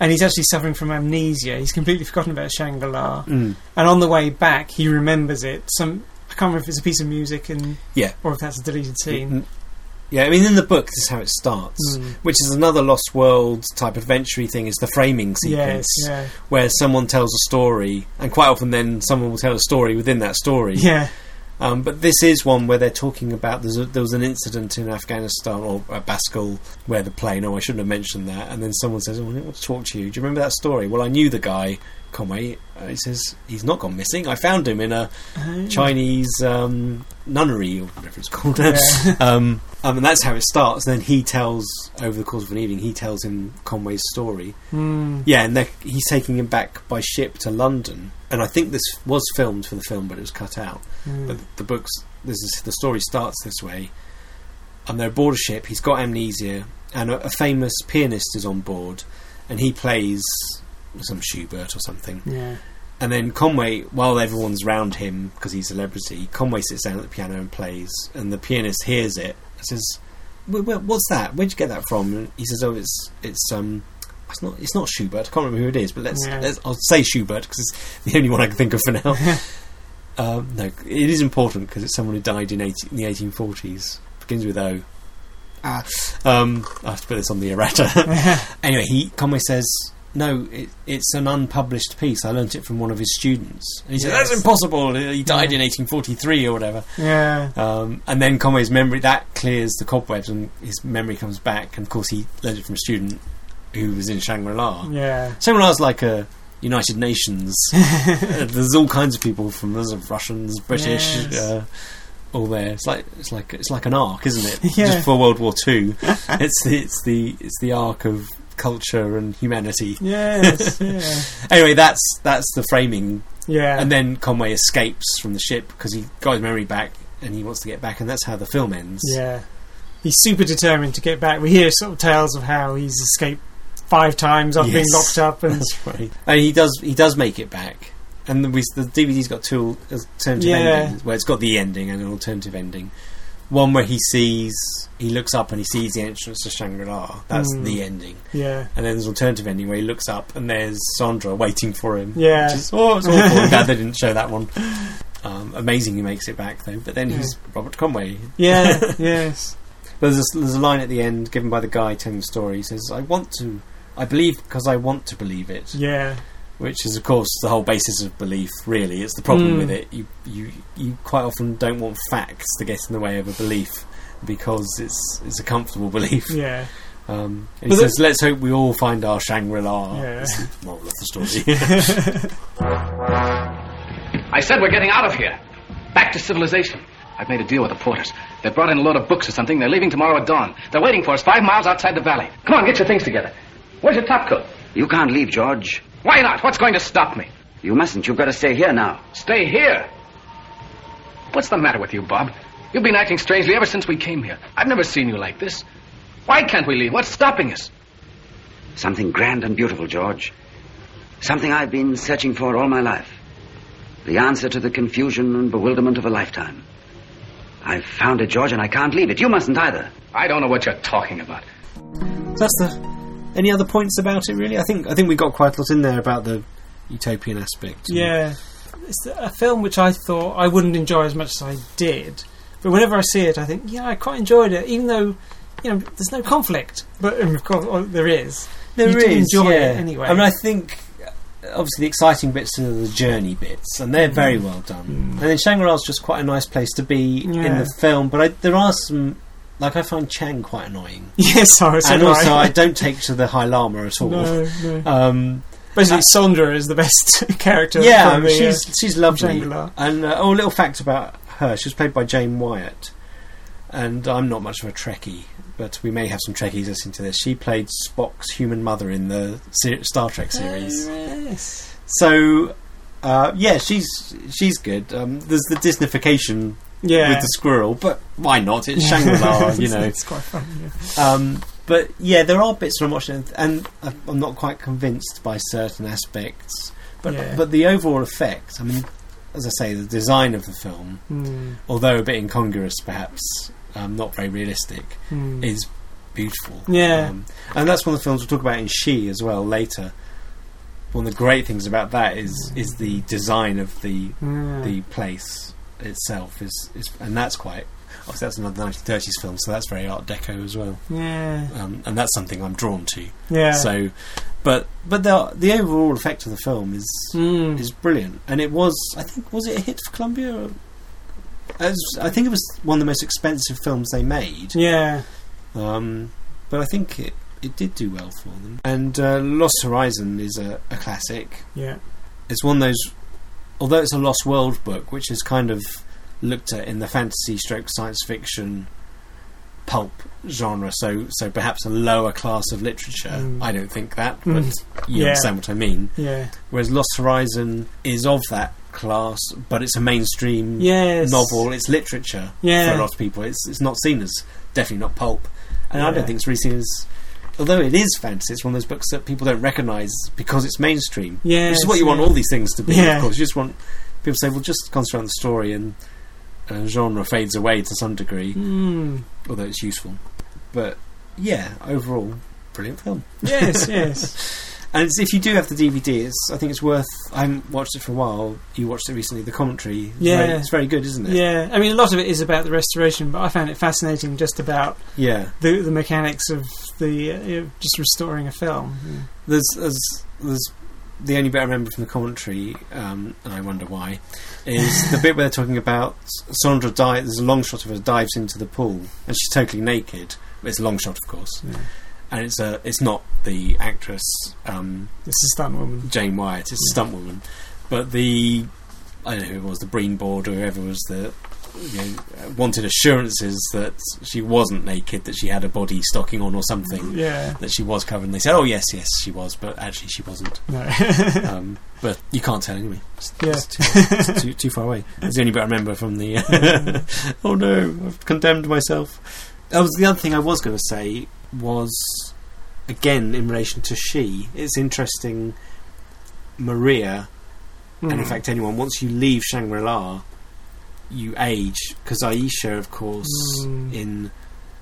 [SPEAKER 2] and he's actually suffering from amnesia. He's completely forgotten about Shangri La,
[SPEAKER 1] Mm.
[SPEAKER 2] and on the way back, he remembers it. Some I can't remember if it's a piece of music and
[SPEAKER 1] Yeah.
[SPEAKER 2] or if that's a deleted scene.
[SPEAKER 1] Mm. Yeah, I mean, in the book, this is how it starts,
[SPEAKER 2] Mm.
[SPEAKER 1] which is another Lost World type adventure thing, is the framing
[SPEAKER 2] Yes,
[SPEAKER 1] sequence,
[SPEAKER 2] yeah,
[SPEAKER 1] where someone tells a story, and quite often then someone will tell a story within that story.
[SPEAKER 2] yeah,
[SPEAKER 1] Um, but this is one where they're talking about there's a, there was an incident in Afghanistan or at Baskal where the plane. Oh, I shouldn't have mentioned that. And then someone says, "Oh, I want to talk to you. Do you remember that story?" Well, I knew the guy Conway. Uh, he says he's not gone missing. I found him in a
[SPEAKER 2] Uh,
[SPEAKER 1] Chinese um, nunnery or whatever it's called.
[SPEAKER 2] Yeah.
[SPEAKER 1] um, um, and that's how it starts. And then he tells over the course of an evening, he tells him Conway's story.
[SPEAKER 2] Mm.
[SPEAKER 1] Yeah, and they're- he's taking him back by ship to London. And I think this was filmed for the film, but it was cut out.
[SPEAKER 2] Mm.
[SPEAKER 1] But the books, this is, the story starts this way. And they're aboard a ship. He's got amnesia, and a, a famous pianist is on board, and he plays some Schubert or something.
[SPEAKER 2] yeah,
[SPEAKER 1] And then Conway, while everyone's round him because he's a celebrity, Conway sits down at the piano and plays. And the pianist hears it and says, "Wh- wh- "What's that? Where'd you get that from?" And he says, "Oh, it's it's um." It's not. It's not Schubert. I can't remember who it is, but let's.
[SPEAKER 2] Yeah.
[SPEAKER 1] let's I'll say Schubert because it's the only one I can think of for now. Um, no, it is important because it's someone who died in, 18, in the 1840s. Begins with O. Ah, um, I have to put this on the errata. anyway, he Conway says, "No, it, it's an unpublished piece. I learnt it from one of his students." And he says,
[SPEAKER 2] Yes.
[SPEAKER 1] "That's impossible. He died in 1843 or whatever."
[SPEAKER 2] yeah.
[SPEAKER 1] Um, and then Conway's memory that clears the cobwebs, and his memory comes back. And of course, he learnt it from a student who was in Shangri La.
[SPEAKER 2] Yeah,
[SPEAKER 1] Seminars like a United Nations. Uh, there's all kinds of people from there's Russians, British,
[SPEAKER 2] Yes.
[SPEAKER 1] uh, all there. It's like it's like it's like an arc, isn't it?
[SPEAKER 2] Yeah.
[SPEAKER 1] Just before World War Two, it's the, it's the it's the arc of culture and humanity.
[SPEAKER 2] yes, yeah,
[SPEAKER 1] Anyway, that's that's the framing.
[SPEAKER 2] yeah.
[SPEAKER 1] And then Conway escapes from the ship because he got his memory back and he wants to get back, and that's how the film ends.
[SPEAKER 2] Yeah. He's super determined to get back. We hear sort of tales of how he's escaped five times after being
[SPEAKER 1] Yes.
[SPEAKER 2] locked up and
[SPEAKER 1] That's right. And he does he does make it back. And the, we, the DVD's got two al- alternative
[SPEAKER 2] Yeah.
[SPEAKER 1] endings. Well, it's got the ending and an alternative ending. One where he sees, he looks up and he sees the entrance to Shangri La. That's
[SPEAKER 2] Mm.
[SPEAKER 1] the ending.
[SPEAKER 2] yeah.
[SPEAKER 1] And then there's an alternative ending where he looks up and there's Sandra waiting for him.
[SPEAKER 2] Yeah.
[SPEAKER 1] Which is, oh, it's awful. I'm glad they didn't show that one. Um, amazing he makes it back, though. But then
[SPEAKER 2] Yeah.
[SPEAKER 1] he's Robert Conway.
[SPEAKER 2] Yeah, yes.
[SPEAKER 1] There's a, there's a line at the end given by the guy telling the story. He says, I want to. I believe because I want to believe it
[SPEAKER 2] Yeah.
[SPEAKER 1] which is of course the whole basis of belief really it's the problem
[SPEAKER 2] Mm.
[SPEAKER 1] with it you, you you quite often don't want facts to get in the way of a belief because it's it's a comfortable belief
[SPEAKER 2] Yeah.
[SPEAKER 1] um, and
[SPEAKER 2] But
[SPEAKER 1] he
[SPEAKER 2] the-
[SPEAKER 1] says let's hope we all find our Shangri-La
[SPEAKER 2] Yeah.
[SPEAKER 1] It's the moral of the story
[SPEAKER 5] I said we're getting out of here. Back to civilization. I've made a deal with the porters. They brought in a load of books or something. They're leaving tomorrow at dawn. They're waiting for us five miles outside the valley. Come on, get your things together. Where's your top coat?
[SPEAKER 3] You can't leave, George.
[SPEAKER 5] Why not? What's going to stop me?
[SPEAKER 3] You mustn't. You've got to stay here now.
[SPEAKER 5] Stay here. What's the matter with you, Bob? You've been acting strangely ever since we came here. I've never seen you like this. Why can't we leave? What's stopping us?
[SPEAKER 3] Something grand and beautiful, George. Something I've been searching for all my life. The answer to the confusion and bewilderment of a lifetime. I've found it, George, and I can't leave it. You mustn't either.
[SPEAKER 5] I don't know what you're talking about.
[SPEAKER 1] that's the any other points about it really I think I think we got quite a lot in there about the utopian aspect
[SPEAKER 2] Yeah. It's a film which I thought I wouldn't enjoy as much as I did. But whenever I see it, I think, yeah, I quite enjoyed it, even though, you know, there's no conflict. But um, of course, oh, there is.
[SPEAKER 1] There is,
[SPEAKER 2] You do enjoy
[SPEAKER 1] yeah.
[SPEAKER 2] it anyway.
[SPEAKER 1] I mean, I think uh, obviously the exciting bits are the journey bits, and they're very
[SPEAKER 2] Mm.
[SPEAKER 1] well done. And then Shangri La's just quite a nice place to be in
[SPEAKER 2] Yeah.
[SPEAKER 1] the film, but I, there are some. Like, I find Chang quite annoying.
[SPEAKER 2] Yes, sorry, so
[SPEAKER 1] and
[SPEAKER 2] do
[SPEAKER 1] also, I
[SPEAKER 2] I.
[SPEAKER 1] don't take to the High Lama at all.
[SPEAKER 2] No, no.
[SPEAKER 1] Um,
[SPEAKER 2] Basically, Sondra is the best character.
[SPEAKER 1] yeah, I
[SPEAKER 2] from
[SPEAKER 1] mean,
[SPEAKER 2] the, uh,
[SPEAKER 1] she's, she's lovely.
[SPEAKER 2] Shangri-La.
[SPEAKER 1] And uh, oh, a little fact about her she was played by Jane Wyatt, and I'm not much of a Trekkie. But we may have some Trekkies listening to this. She played Spock's human mother in the ser- Star Trek
[SPEAKER 2] Oh,
[SPEAKER 1] series.
[SPEAKER 2] Yes.
[SPEAKER 1] So, uh, yeah, she's she's good. Um, there's the Disneyfication
[SPEAKER 2] Yeah.
[SPEAKER 1] with the squirrel, but why not? It's Shangri La, you know.
[SPEAKER 2] it's quite fun. Yeah.
[SPEAKER 1] Um, but yeah, there are bits from watching, and I- I'm not quite convinced by certain aspects. But
[SPEAKER 2] Yeah.
[SPEAKER 1] but the overall effect, I mean, as I say, the design of the film,
[SPEAKER 2] Mm,
[SPEAKER 1] although a bit incongruous, perhaps um, not very realistic,
[SPEAKER 2] mm.
[SPEAKER 1] is beautiful.
[SPEAKER 2] Yeah.
[SPEAKER 1] Um, and that's one of the films we'll talk about in She as well later. One of the great things about that is is the design of the
[SPEAKER 2] Yeah.
[SPEAKER 1] the place itself is, is and that's quite obviously that's another 1930s film so that's very art deco as well
[SPEAKER 2] yeah,
[SPEAKER 1] um, and that's something I'm drawn to
[SPEAKER 2] yeah.
[SPEAKER 1] so but but the the overall effect of the film is
[SPEAKER 2] Mm.
[SPEAKER 1] is brilliant and it was I think was it a hit for Columbia or- as, I think it was one of the most expensive films they made
[SPEAKER 2] yeah,
[SPEAKER 1] um, but I think it it did do well for them and uh, Lost Horizon is a, a classic
[SPEAKER 2] yeah,
[SPEAKER 1] it's one of those although it's a lost world book which is kind of looked at in the fantasy stroke science fiction pulp genre so so perhaps a lower class of literature
[SPEAKER 2] Mm.
[SPEAKER 1] i don't think that but
[SPEAKER 2] Mm.
[SPEAKER 1] you
[SPEAKER 2] Yeah.
[SPEAKER 1] understand what i mean
[SPEAKER 2] yeah.
[SPEAKER 1] whereas lost horizon is of that class but it's a mainstream
[SPEAKER 2] Yes.
[SPEAKER 1] novel it's literature for a
[SPEAKER 2] Yeah.
[SPEAKER 1] lot of people it's it's not seen as definitely not pulp and i
[SPEAKER 2] Yeah.
[SPEAKER 1] don't think it's really seen as although it is fantasy it's one of those books that people don't recognize because it's mainstream
[SPEAKER 2] Yeah.
[SPEAKER 1] which is what you want all these things to be,
[SPEAKER 2] Yeah.
[SPEAKER 1] of course. You just want people say, well, just concentrate on the story, and uh, genre fades away to some degree,
[SPEAKER 2] Mm.
[SPEAKER 1] although it's useful. But yeah, overall, brilliant film.
[SPEAKER 2] Yes, yes.
[SPEAKER 1] And it's, if you do have the DVD, it's, I think it's worth. I haven't watched it for a while. You watched it recently. The commentary, it's
[SPEAKER 2] Yeah.
[SPEAKER 1] very, it's very good, isn't it?
[SPEAKER 2] yeah. I mean, a lot of it is about the restoration, but I found it fascinating just about
[SPEAKER 1] yeah.
[SPEAKER 2] the the mechanics of the uh, you know, just restoring a film.
[SPEAKER 1] Hmm. There's, there's, there's the only bit I remember from the commentary, um, and I wonder why, is the bit where they're talking about Sandra dives. There's a long shot of her dives into the pool, and she's totally naked. It's a long shot, of course,
[SPEAKER 2] Yeah.
[SPEAKER 1] and it's a, it's not the actress um,
[SPEAKER 2] It's a stunt woman.
[SPEAKER 1] Jane Wyatt. It's a stunt woman, but the I don't know who it was, the Breen board or whoever was the you know, wanted assurances that she wasn't naked, that she had a body stocking on or something.
[SPEAKER 2] Yeah.
[SPEAKER 1] That she was covered, and they said, "Oh yes, yes, she was," but actually she wasn't
[SPEAKER 2] No.
[SPEAKER 1] um, but you can't tell anyway. It's,
[SPEAKER 2] Yeah.
[SPEAKER 1] it's too, it's too, too far away. That's the only bit I remember from the. oh no, I've condemned myself. That was the other thing I was going to say was again in relation to she. It's interesting, Maria, and in
[SPEAKER 2] Mm.
[SPEAKER 1] fact anyone. Once you leave Shangri La, you age because Aisha, of course,
[SPEAKER 2] Mm.
[SPEAKER 1] in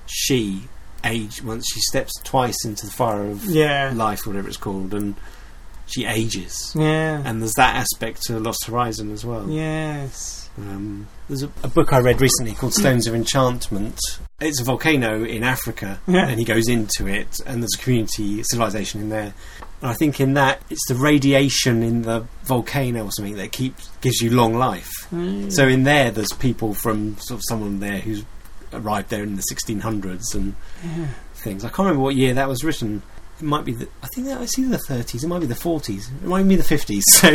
[SPEAKER 1] she age once she steps twice into the fire of
[SPEAKER 2] Yeah.
[SPEAKER 1] life, whatever it's called, and she ages.
[SPEAKER 2] Yeah.
[SPEAKER 1] And there's that aspect to Lost Horizon as well.
[SPEAKER 2] Yes.
[SPEAKER 1] Um, there's a, a book I read recently called Stones of Enchantment. It's a volcano in Africa,
[SPEAKER 2] Yeah.
[SPEAKER 1] and he goes into it, and there's a community civilization in there. And I think in that, it's the radiation in the volcano or something that keeps gives you long life.
[SPEAKER 2] Mm.
[SPEAKER 1] So in there, there's people from sort of someone there who's arrived there in the 1600s and
[SPEAKER 2] Yeah.
[SPEAKER 1] things. I can't remember what year that was written. It might be the, I think that it's either the 30s, it might be the 40s, it might be the 50s. So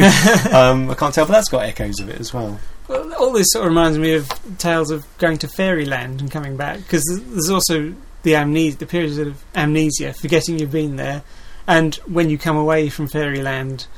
[SPEAKER 1] um, I can't tell, but that's got echoes of it as well.
[SPEAKER 2] Well, all this sort of reminds me of tales of going to fairyland and coming back because there's also the amnesia, the period of amnesia, forgetting you've been there, and when you come away from fairyland,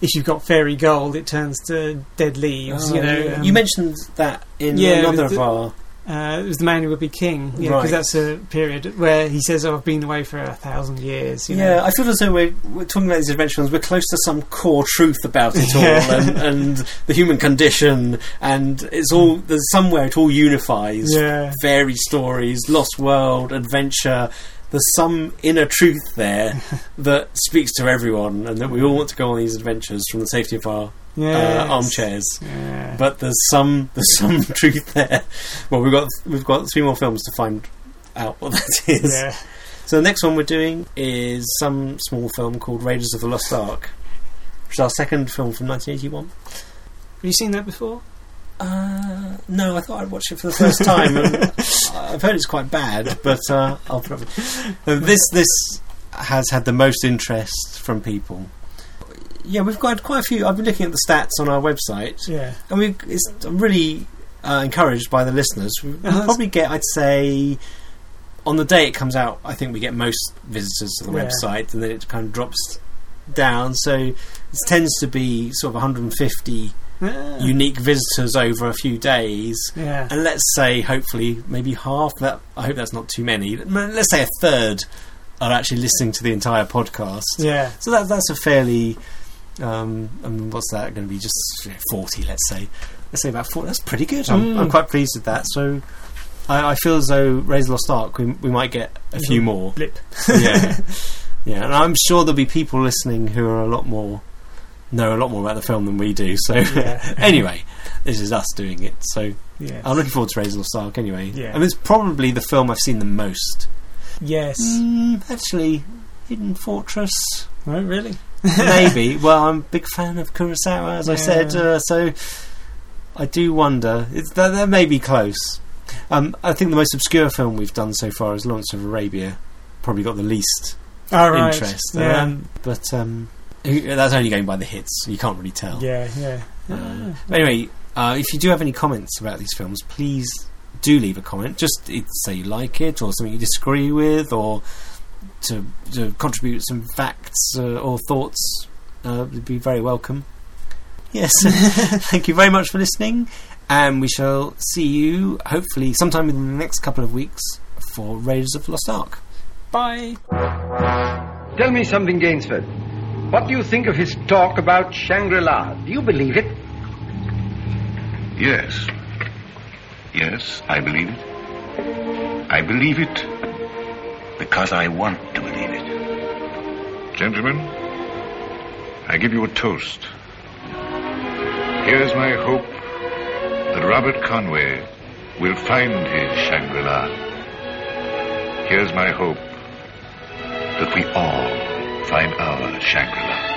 [SPEAKER 2] if you've got fairy gold, it turns to dead leaves. you know, um,
[SPEAKER 1] Oh, you mentioned that in
[SPEAKER 2] Yeah,
[SPEAKER 1] another
[SPEAKER 2] the-
[SPEAKER 1] of our.
[SPEAKER 2] uh, it was the man who would be king, yeah, because
[SPEAKER 1] Right.
[SPEAKER 2] that's a period where he says, "Oh, I've been away for a thousand years." You
[SPEAKER 1] yeah,
[SPEAKER 2] know?
[SPEAKER 1] I feel as though we're, we're talking about these adventure ones, we're close to some core truth about it all
[SPEAKER 2] Yeah.
[SPEAKER 1] and, and the human condition, and it's all, there's somewhere it all unifies
[SPEAKER 2] yeah,
[SPEAKER 1] fairy stories, lost world, adventure. There's some inner truth there that speaks to everyone, and that we all want to go on these adventures from the safety of our
[SPEAKER 2] yeah,
[SPEAKER 1] uh, armchairs.
[SPEAKER 2] Yeah.
[SPEAKER 1] But there's some there's some truth there. Well, we've got we've got three more films to find out what that is.
[SPEAKER 2] yeah.
[SPEAKER 1] So the next one we're doing is some small film called Raiders of the Lost Ark, which is our second film from 1981.
[SPEAKER 2] Have you seen that before?
[SPEAKER 1] Uh, no, I thought I'd watch it for the first time. and uh, I've heard it's quite bad, but uh, I'll probably. Uh, this this has had the most interest from people. Yeah, we've got quite a few. I've been looking at the stats on our website,
[SPEAKER 2] Yeah,
[SPEAKER 1] and we it's, I'm really uh, encouraged by the listeners. We we
[SPEAKER 2] that's-
[SPEAKER 1] probably get, I'd say, on the day it comes out, I think we get most visitors to the
[SPEAKER 2] Yeah.
[SPEAKER 1] website, and then it kind of drops down. So it tends to be sort of 150
[SPEAKER 2] Ah,
[SPEAKER 1] unique visitors over a few days.
[SPEAKER 2] yeah,
[SPEAKER 1] And let's say, hopefully, maybe half that. I hope that's not too many. m- Let's say a third are actually listening to the entire podcast.
[SPEAKER 2] yeah,
[SPEAKER 1] So that that's a fairly. Um, I mean, what's that going to be? Just you know, forty, let's say. Let's say about forty. That's pretty good. I'm,
[SPEAKER 2] Mm.
[SPEAKER 1] I'm quite pleased with that. So I, I feel as though Raiders of the Lost Ark, we, we might get a few more.
[SPEAKER 2] Mm-hmm. Blip.
[SPEAKER 1] yeah, yeah, and I'm sure there'll be people listening who are a lot more know a lot more about the film than we do. So
[SPEAKER 2] Yeah.
[SPEAKER 1] anyway, this is us doing it. So
[SPEAKER 2] Yes.
[SPEAKER 1] I'm looking forward to Raisel Stark anyway.
[SPEAKER 2] Yeah.
[SPEAKER 1] and it's probably the film I've seen the most.
[SPEAKER 2] yes.
[SPEAKER 1] Mm, actually, Hidden Fortress,
[SPEAKER 2] Oh, really?
[SPEAKER 1] maybe. Well, I'm a big fan of Kurosawa, as I said.
[SPEAKER 2] Yeah.
[SPEAKER 1] Uh, so I do wonder. It's, that, that may be close. Um, I think the most obscure film we've done so far is Lawrence of Arabia. Probably got the least
[SPEAKER 2] All right.
[SPEAKER 1] interest.
[SPEAKER 2] Yeah.
[SPEAKER 1] Um, but um, who- that's only going by the hits. You can't really tell.
[SPEAKER 2] yeah, yeah.
[SPEAKER 1] Uh, but anyway, uh, if you do have any comments about these films, please do leave a comment. Just e- say you like it, or something you disagree with, or to, to contribute some facts uh, or thoughts. Uh, would be very welcome. Yes, thank you very much for listening, and we shall see you hopefully sometime within the next couple of weeks for Raiders of the Lost Ark.
[SPEAKER 2] Bye.
[SPEAKER 6] Tell me something, Gainsford. What do you think of his talk about Shangri La? Do you believe it?
[SPEAKER 7] Yes. Yes, I believe it. I believe it because I want to believe it. Gentlemen, I give you a toast. Here's my hope that Robert Conway will find his Shangri La. Here's my hope that we all find our Shangri La.